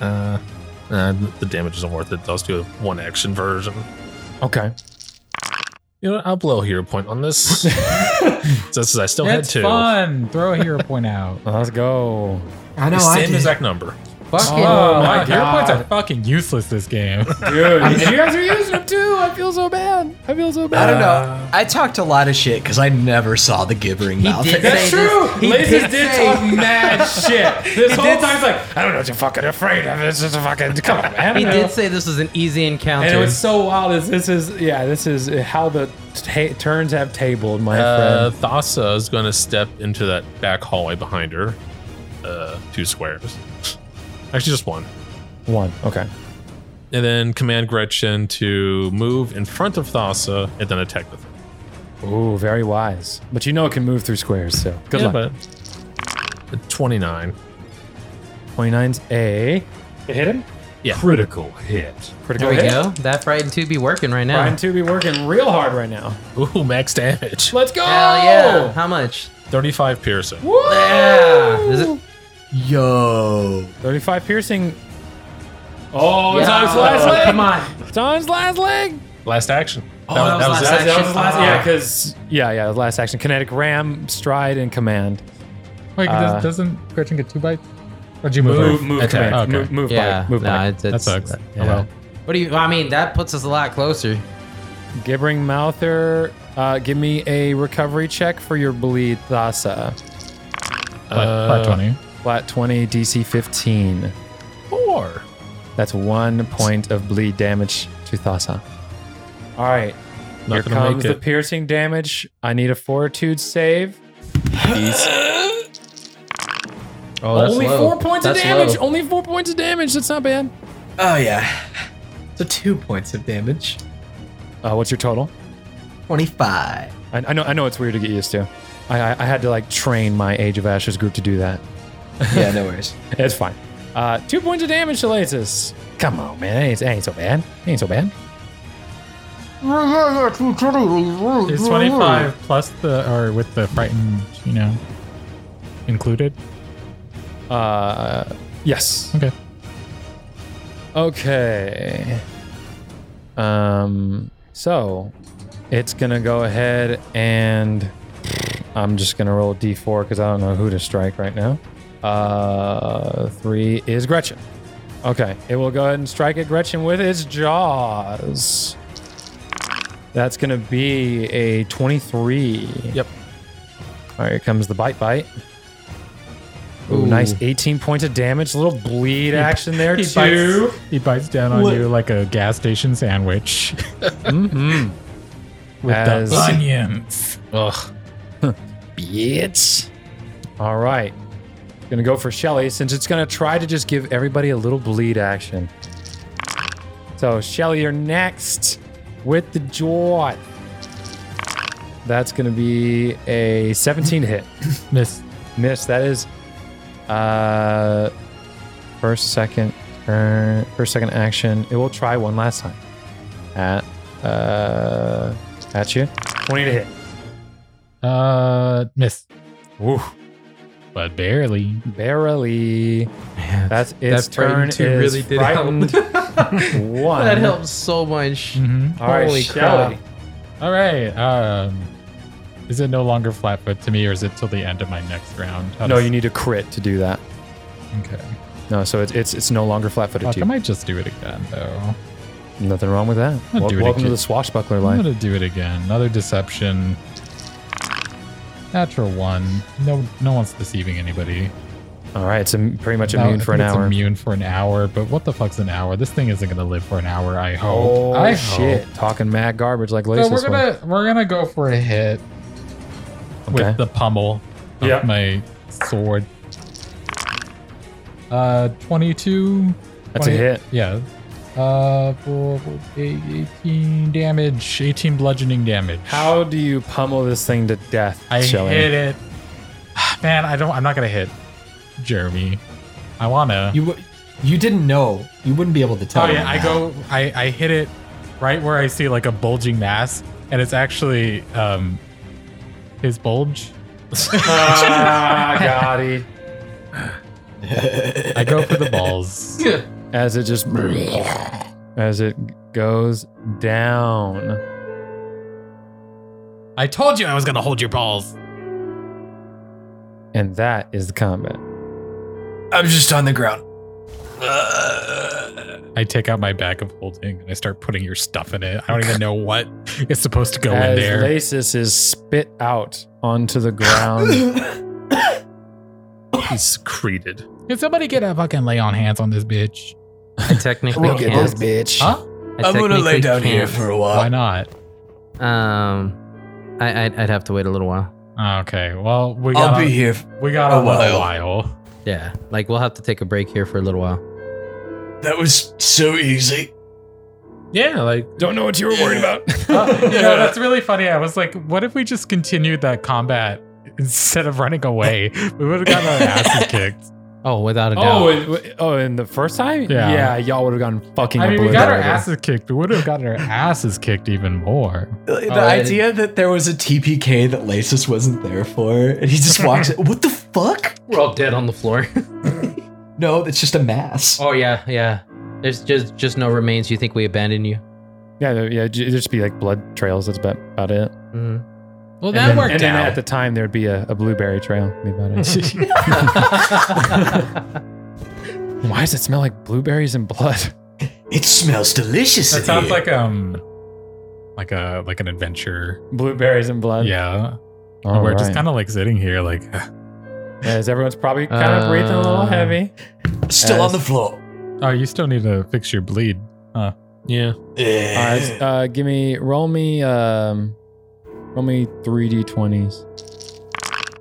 Uh, uh, the damage isn't worth it. I'll just do a one action version.
Okay.
You know what? I'll blow a hero point on <laughs> this. Since I still had
That's
two.
fun. Throw a hero point out.
Let's go.
I know. I
Same
did.
exact number.
Fuck
<laughs>
it.
Oh my
God.
Hero points are fucking useless this game.
Dude, and <laughs> you guys are using <laughs> them too. I feel so bad. I feel so
I
bad.
don't know. I talked a lot of shit because I never saw the gibbering mouth. <laughs>
That's true.
Laces did talk
<laughs>
mad shit. This whole time it's like, I don't know what you're fucking afraid of. This is a fucking come on, man.
He
You know?
did say this was an easy encounter.
And it was so wild. This, this is yeah. This is how the ta- turns have tabled, my
Uh,
friend.
Thassa is going to step into that back hallway behind her. Uh, two squares. Actually, just one.
One. Okay.
And then command Gretchen to move in front of Thassa and then attack the thing.
Ooh, very wise. But you know it can move through squares, so good
Yeah,
luck.
but- 29.
29's a. It hit him.
Yeah.
Critical hit. Critical
there we
hit.
go. That frightened two be working right now.
Brian two be working real hard right now.
Ooh, max damage.
Let's go.
Hell yeah! How much?
35 piercing.
Woo!
Yeah. Is it?
Yo.
35 piercing. Oh, it's on his
Yeah.
last
Oh,
leg.
come on.
It's on his last leg.
Last action.
Oh,
That was- that was- that was last- Uh-huh.
Yeah,
yeah,
because yeah, yeah, last action. Kinetic ram, stride, and command.
Wait,
Uh,
does, doesn't Gretchen get two bites? Or do you move?
move,
her?
move,
Okay.
command,
Okay.
move, move,
Yeah,
bite, move.
no,
bite.
it's- it's- that-
Oh,
yeah. What do you? I mean, that puts us a lot closer.
Gibbering Mouther, uh, give me a recovery check for your bleed, Thassa.
Flat- Uh, flat 20.
Flat 20, DC 15.
Four.
That's one point of bleed damage to Thassa. All right.
Not
Here
gonna make
comes the
it.
piercing damage. I need a fortitude save.
Oh, that's
Only
low.
four points
That's
of damage.
low.
Only four points of damage. That's not bad.
Oh yeah. So two points of damage.
Uh, what's your total?
Twenty-five.
I, I know. I know it's weird to get used to. I, I, I had to like train my Age of Ashes group to do that.
Yeah, no worries.
<laughs>
It's fine. Uh, two points of damage to Lasis. Come on, man. It ain't, it ain't so bad. It ain't so bad.
It's 25 plus the, or with the frightened, you know, included.
Uh, yes.
Okay.
Okay. Um. So, it's gonna go ahead and I'm just gonna roll d d4 because I don't know who to strike right now. Uh, three is Gretchen. Okay, it will go ahead and strike at Gretchen with its jaws. That's gonna be a 23.
Yep.
All right, here comes the bite bite. Ooh, nice 18 points of damage. A little bleed action there
he
too.
Bites, he bites down on
What?
you like a gas station sandwich
Mm-hmm.
<laughs> with
As-
the onions.
Ugh.
<laughs> Bitch. All right. Gonna go for Shelly since it's gonna try to just give everybody a little bleed action. So Shelly, you're next with the jaw. That's gonna be a 17 hit.
Miss.
Miss. That is uh first second turn first second action. It will try one last time. At uh at you. 20 to hit.
Uh, miss.
Woo.
But barely.
Barely. That's its
that
turn.
frightened
Is
two really did help.
frightened <laughs> one.
Oh, That helps so much.
Mhm.
Mm-hmm. All right,
Holy
Shelly.
crap.
All right. Um, is it no longer flatfoot to me, or is it till the end of my next round? How
No,
does-
you need a crit to do that.
Okay.
No, so it's it's, it's no longer flat-footed.
Fuck,
to
I
you.
might just do it again, though.
Nothing wrong with that.
gonna
Wel-
do it
welcome to
again.
the swashbuckler
I'm
life.
gonna do it again. Another deception. Natural one. No, no one's deceiving anybody.
All right, it's im- pretty much
No,
immune
I
for
think
an
it's
hour.
Immune for an hour, but what the fuck's an hour? This thing isn't gonna live for an hour. I hope.
Oh
I hope.
shit! Talking mad garbage like
So
Laces.
we're gonna we're gonna go for a hit
Okay.
with the pummel of
Yeah.
my sword. Uh, twenty-two.
That's a
20
hit.
Yeah. Uh, for for eight- eighteen damage, eighteen bludgeoning damage.
How do you pummel this thing to death,
I
Shelly?
hit it, <sighs> man. I don't. I'm not gonna hit Jeremy. I wanna.
You w- you didn't know. You wouldn't be able to tell.
oh yeah.
him
I
that.
go. I I hit it right where I see like a bulging mass, and it's actually um his bulge.
ah, got it.
I go for <laughs> the balls.
As it just <laughs> as it goes down.
I told you I was gonna hold your balls.
And that is the combat.
I'm just on the ground.
I take out my bag of holding and I start putting your stuff in it. I don't even know <laughs> what is supposed to go in
As
there.
Lasis is spit out onto the
<laughs>
ground.
He's secreted.
Can somebody get a fucking lay on hands on this bitch?
I technically
Look
can't.
at this bitch.
Huh?
I
I'm gonna
technically
lay down here
can't.
for a
Why
while.
not?
Um, I I'd, I'd have to wait a little while.
Ah, Okay. Well, we got
I'll
a-
be here.
We got
a
a while.
while.
<laughs> while.
Yeah, like we'll have to take a break here for a little while.
That was so easy.
Yeah, like
Don't know what you were worried about.
you know, that's really funny. I was like, what if we just <laughs> continued that combat instead of running away? We would have gotten our asses kicked.
Oh, without a doubt.
Oh, it, <laughs> oh, and the first time?
Yeah.
y'all would have gotten fucking
I mean, we got our
obliterated.
asses kicked. We would have gotten our asses kicked even more.
The
Oh, I
idea that there was a TPK that Lasis wasn't there for, and he just walks.
<laughs>
what the fuck?
We're all dead on the floor. <laughs>
No, it's just a
<laughs>
mass.
oh yeah, yeah. There's just just no remains. You think we abandon you?
Yeah, there- yeah. It'd just be like blood trails. That's about, about it.
Mm-hmm.
Well,
And
that
then-
worked
and then
out.
at the time, there'd be a, a blueberry trail. That'd be about
<laughs>
it. Why does it smell like blueberries and blood? <laughs>
It smells delicious.
That sounds like um, like a like an adventure.
blueberries and blood.
Yeah,
Uh, All
we're just
right.
kind of like sitting here, like <sighs>
As everyone's probably kind of breathing a little
Uh,
heavy. As-
Still on the floor.
oh, you still need to fix your bleed, huh?
Yeah.
All
<laughs>
right, uh, give me roll me um, roll me three d twenties.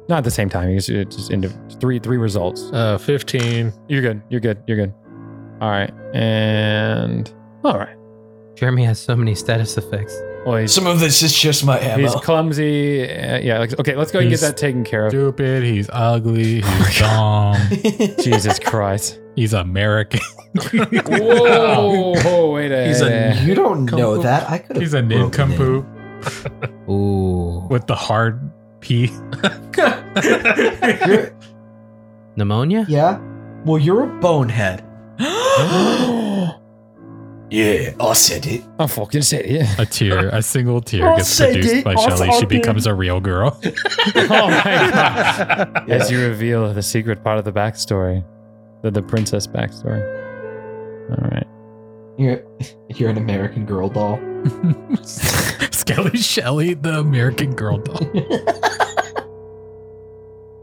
Not at the same time. You just, it just into three three results.
Uh, 15.
You're good. You're good. You're good. All right, and all right.
Jeremy has so many status effects.
Well, he's,
Some of this is just my ammo.
he's clumsy. Uh, yeah. Like, okay, let's go and get
He's-
that taken care
<laughs>
of.
Stupid. He's ugly. He's dumb.
<laughs>
Jesus Christ.
He's American.
Whoa! whoa, <laughs> wait a
He's a. You don't
Kung
know
Fu.
that. I could.
He's an income
broken
<laughs>
it.
poop
Ooh,
with the hard P.
You're-
pneumonia.
yeah. Well, you're a bonehead.
<gasps> Yeah, I said <laughs> it.
I fucking said it.
A tear, a single tear
I'll
gets
say
produced
it,
by
I'll
Shelly.
say
She
it.
becomes a real girl. <laughs>
Oh
<laughs>
my gosh. As
Yeah.
you reveal the secret part of the backstory, the, the princess backstory. All right.
You're, you're an American girl doll.
Skelly Shelly, the American girl <laughs> doll.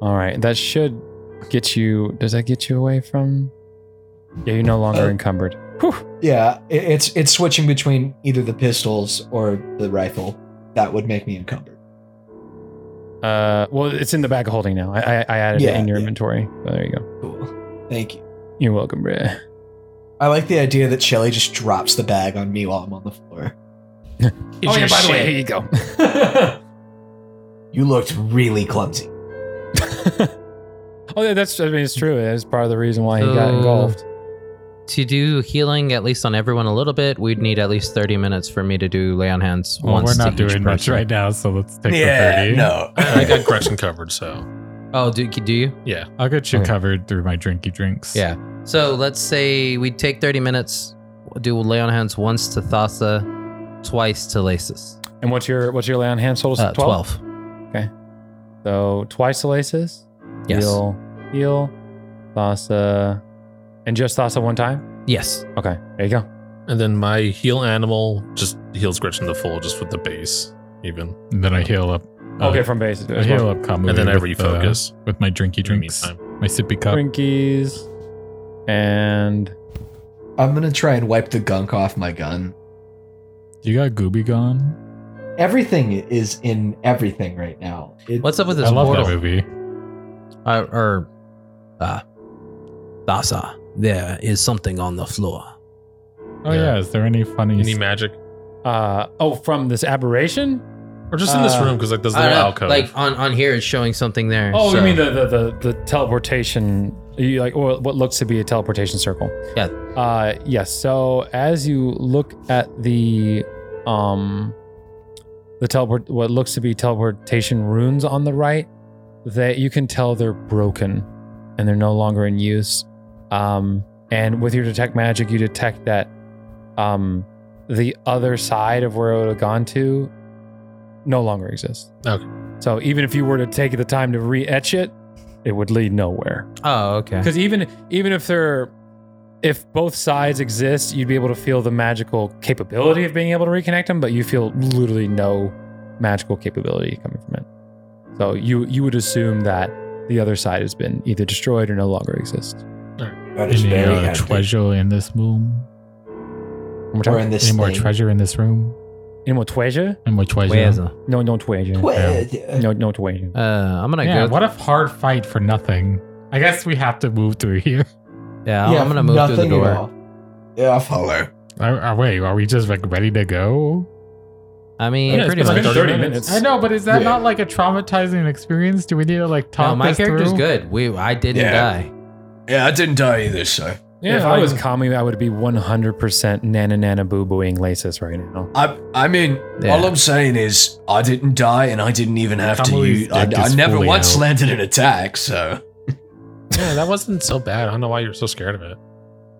All right. That should get you. Does that get you away from? Yeah, you're no longer
Uh,
encumbered.
Yeah, it, it's it's switching between either the pistols or the rifle. That would make me encumbered.
Uh, well, it's in the bag of holding now. I I, I added it
Yeah,
in your
yeah.
inventory. So there you go.
Cool. Thank you.
You're welcome, bruh.
I like the idea that Shelly just drops the bag on me while I'm on the <laughs> floor.
oh yeah. By the way, here you go.
<laughs> You looked really clumsy.
<laughs> Oh yeah, that's. I mean, it's true. It's part of the reason why he got
So-
engulfed.
To do healing, at least on everyone, a little bit, we'd need at least thirty minutes for me to do lay on hands.
Well,
once
we're
to
not
each
doing much
person.
right now, so let's take the 30.
no.
I, I got Gretchen covered, so.
Oh, do do you?
Yeah.
I'll get you
Okay.
covered through my drinky drinks.
Yeah. So let's say we take 30 minutes, do lay on hands once to Thassa, twice to Lasis.
And what's your what's your lay on hand total?
Uh, 12.
So twice the laces.
Yes.
Heal, heal, Thassa, and just Thassa one time.
Yes.
Okay, there you go.
And then my heal animal just heals Gretchen to full just with the base, even.
And then I heal up. uh,
Okay, from base.
I heal up Kamu.
And then I
with, uh,
refocus.
with my drinky
in the
drinks.
meantime.
My sippy cup.
Twinkies, and
I'm gonna try and wipe the gunk off my gun.
You got Gooby Gone?
Everything is in everything right now. It-
What's up with
I
this
love
mortal?
that movie.
Uh, or uh,
Thassa, there is something on the floor.
Oh, yeah.
Yeah.
Is there any funny.
Any magic?
uh oh, from this aberration.
Or just in this
Uh,
room, because like there's a
I
little
don't know,
alcove.
like on, on here, it's showing something there.
Oh,
so-
you mean the the the, the teleportation? You like or what looks to be a teleportation circle?
Yeah.
Uh, yes. so as you look at the um the teleport, what looks to be teleportation runes on the right, that you can tell they're broken and they're no longer in use. Um, and with your detect magic, you detect that um the other side of where it would have gone to no longer exists.
Okay.
So even if you were to take the time to re-etch it, it would lead nowhere.
Oh, okay.
Because even even if they're if both sides exist, you'd be able to feel the magical capability of being able to reconnect them, but you feel literally no magical capability coming from it. So you you would assume that the other side has been either destroyed or no longer exists.
that is
Any
very
uh,
hectic.
treasure in this room?
One more
Or
time.
in this
Any more
thing.
treasure in this room?
Any more treasure?
Any more treasure?
Where's the-
No, no treasure.
Twe-
No, no treasure.
Uh, I'm gonna
yeah,
go.
what a hard fight for nothing. I guess we have to move through here. <laughs>
yeah, I'm gonna move through the
nothing at
door.
all. Yeah, I'll follow.
Are, are, wait, are we just like ready to go?
I mean,
Yeah, it's
pretty
been
much.
like 30 minutes.
I know, but is that
Yeah.
not like a traumatizing experience? Do we need to like talk?
No, my
this <laughs>
character's
through?
good. We, I didn't
Yeah.
die. <laughs>
Yeah, I didn't die either, so.
Yeah, if I was Kami, I would be 100% nana nana boo booing Lasis right now.
I, I mean,
Yeah.
all I'm saying is I didn't die, and I didn't even have to
Kamali's
use. I,
dick
I
is
never
fully
once
out.
landed an attack, so
Yeah, that wasn't so bad. I don't know why you're so scared of it.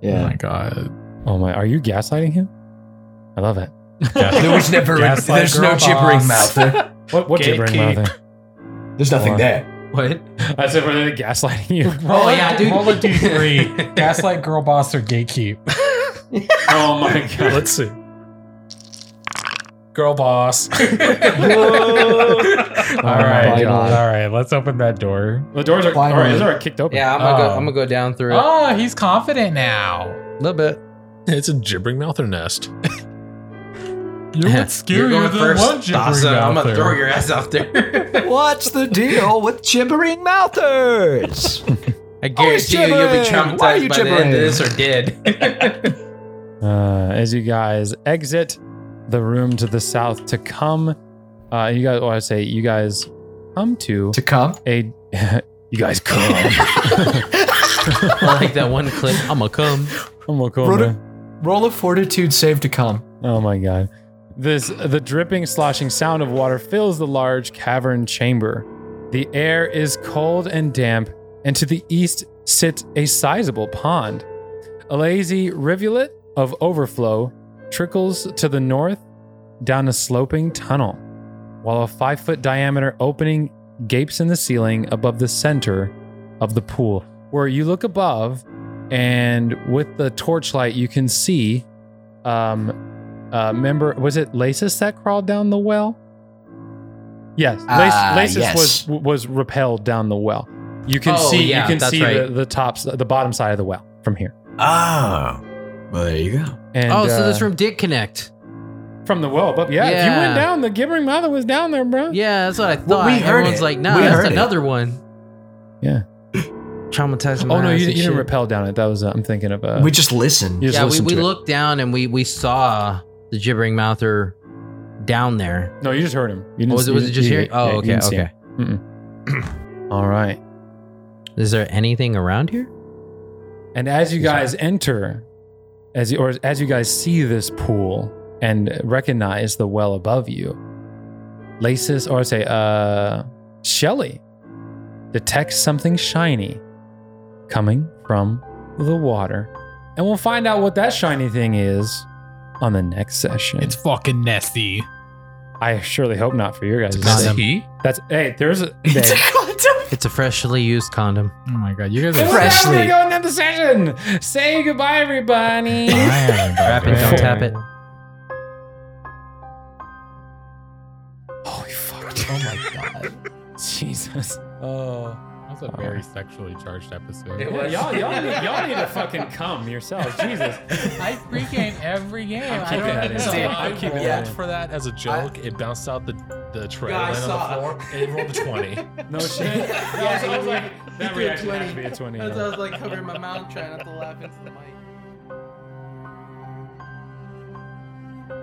Yeah. Oh my
<laughs>
god.
Oh my, are you gaslighting him? I love it.
there was never. A,
Gaslight
there's no
girl
gibbering
boss.
mouth. There.
What, what gibbering
Gatekeep.
mouth?
There's nothing
Or-
there.
What?
<laughs> I said, were they gaslighting you?
Oh,
Roll a-
yeah, dude.
Roll a
<laughs>
d3. Gaslight girl boss or gatekeep.
oh my god.
Let's see. Girl boss. all right,
my God.
all right. Let's open that door.
The doors are,
Finally.
or is there a kicked open?
Yeah, I'm gonna, go,
Oh.
I'm gonna go down through it.
Oh, he's confident now.
A little bit.
<laughs> It's a gibbering mouth or
<laughs>
nest.
You're what's scarier than one
Dawson.
gibbering
I'm gonna
mouth
throw
there.
your ass out there.
What's the deal with gibbering mouthers?
<laughs> I
Always
guarantee you, you'll be
gibbering.
traumatized
Why are you
by the end
gibbering?
of this or <laughs> dead.
Uh, as you guys exit the room to the south to come, uh, you guys, or I say, you guys come to
to come?
a. <laughs> you guys come.
like that one clip. I'm gonna come.
I'm gonna come,
Brother-
man.
<laughs> Roll a fortitude save to come.
Oh my god. This the dripping sloshing sound of water fills the large cavern chamber. The air is cold and damp, and to the east sits a sizable pond. A lazy rivulet of overflow trickles to the north down a sloping tunnel, while a 5-foot diameter opening gapes in the ceiling above the center of the pool. Where you look above and with the torchlight you can see um, uh, member was it Lasis that crawled down the well? Yes, Lace,
Ah,
Lasis
yes.
was was repelled down the well. You can
Oh,
see
yeah,
you can
that's
see the,
right.
the tops the bottom side of the well from here.
Oh, well, there you go.
And,
oh, so this
uh,
room did connect.
from the well above. Yeah, if you went
Yeah.
down, the gibbering mother was down there, bro.
Yeah, that's what I thought.
Well, we heard
Everyone's
it.
like, nah,
We
that's
heard it.
another one.
Yeah.
Traumatizing.
Oh
my
no,
ass
you,
and
you didn't
shit.
repel down it. That was uh, I'm thinking of. Uh,
we just listen.
you just
yeah, we,
listened
we
to it.
looked down and we we saw the gibbering mouther down there.
No, you just heard him. You
Oh,
didn't
was it
you
was it
didn't-
just
you
here?
didn't- yeah,
Oh,
you
okay,
didn't see
okay.
him. All right.
Is there anything around here?
And as you guys enter, as you, or as you guys see this pool and recognize the well above you, Lasis, or I say, uh, Shelly detects something shiny coming from the water. And we'll find out what that shiny thing is on the next session.
It's fucking nasty.
I surely hope not for your guys.
Not
sake.
he?
That's hey,
<laughs>
there's a
<laughs> It's a
hey.
condom.
It's a freshly used condom.
Oh my god, you guys
And
are
with that,
Freshly.
We're gonna go into the session. Say goodbye,
<laughs>
everybody.
fine.
<laughs> Wrap it, don't tap it.
Holy fuck. Oh my <laughs> god. Jesus.
Oh, that was a very sexually charged episode.
Yeah, y'all, y'all, need, y'all need to fucking come yourselves. Oh,
<laughs>
Jesus.
I pregame every game.
I'm
I
keeping
don't
that in.
know.
Dude,
I
I'm keeping
rolled.
that
Rolled for that as a joke. it bounced out the the tray
Yeah, I
landed
saw.
on the floor. It rolled a twenty.
No shit.
Yeah,
I was, I was like, that
did
reaction had to be a 20.
As I was like covering my mouth, trying not to laugh into the mic.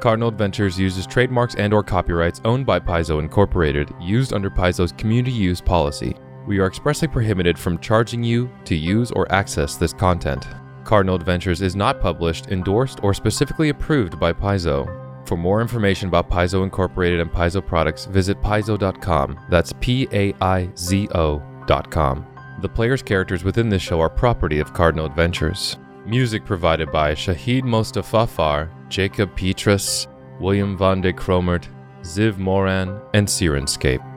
Cardinal Adventures uses trademarks and or copyrights owned by Paizo Incorporated, used under Paizo's community use policy. We are expressly prohibited from charging you to use or access this content. Cardinal Adventures is not published, endorsed, or specifically approved by Paizo. For more information about Paizo Incorporated and Paizo products, visit paizo.com. That's P A I Z O.com. The player's characters within this show are property of Cardinal Adventures. Music provided by Shahid Mostafafar, Jacob Petrus, William von de Cromert, Ziv Moran, and Sirenscape.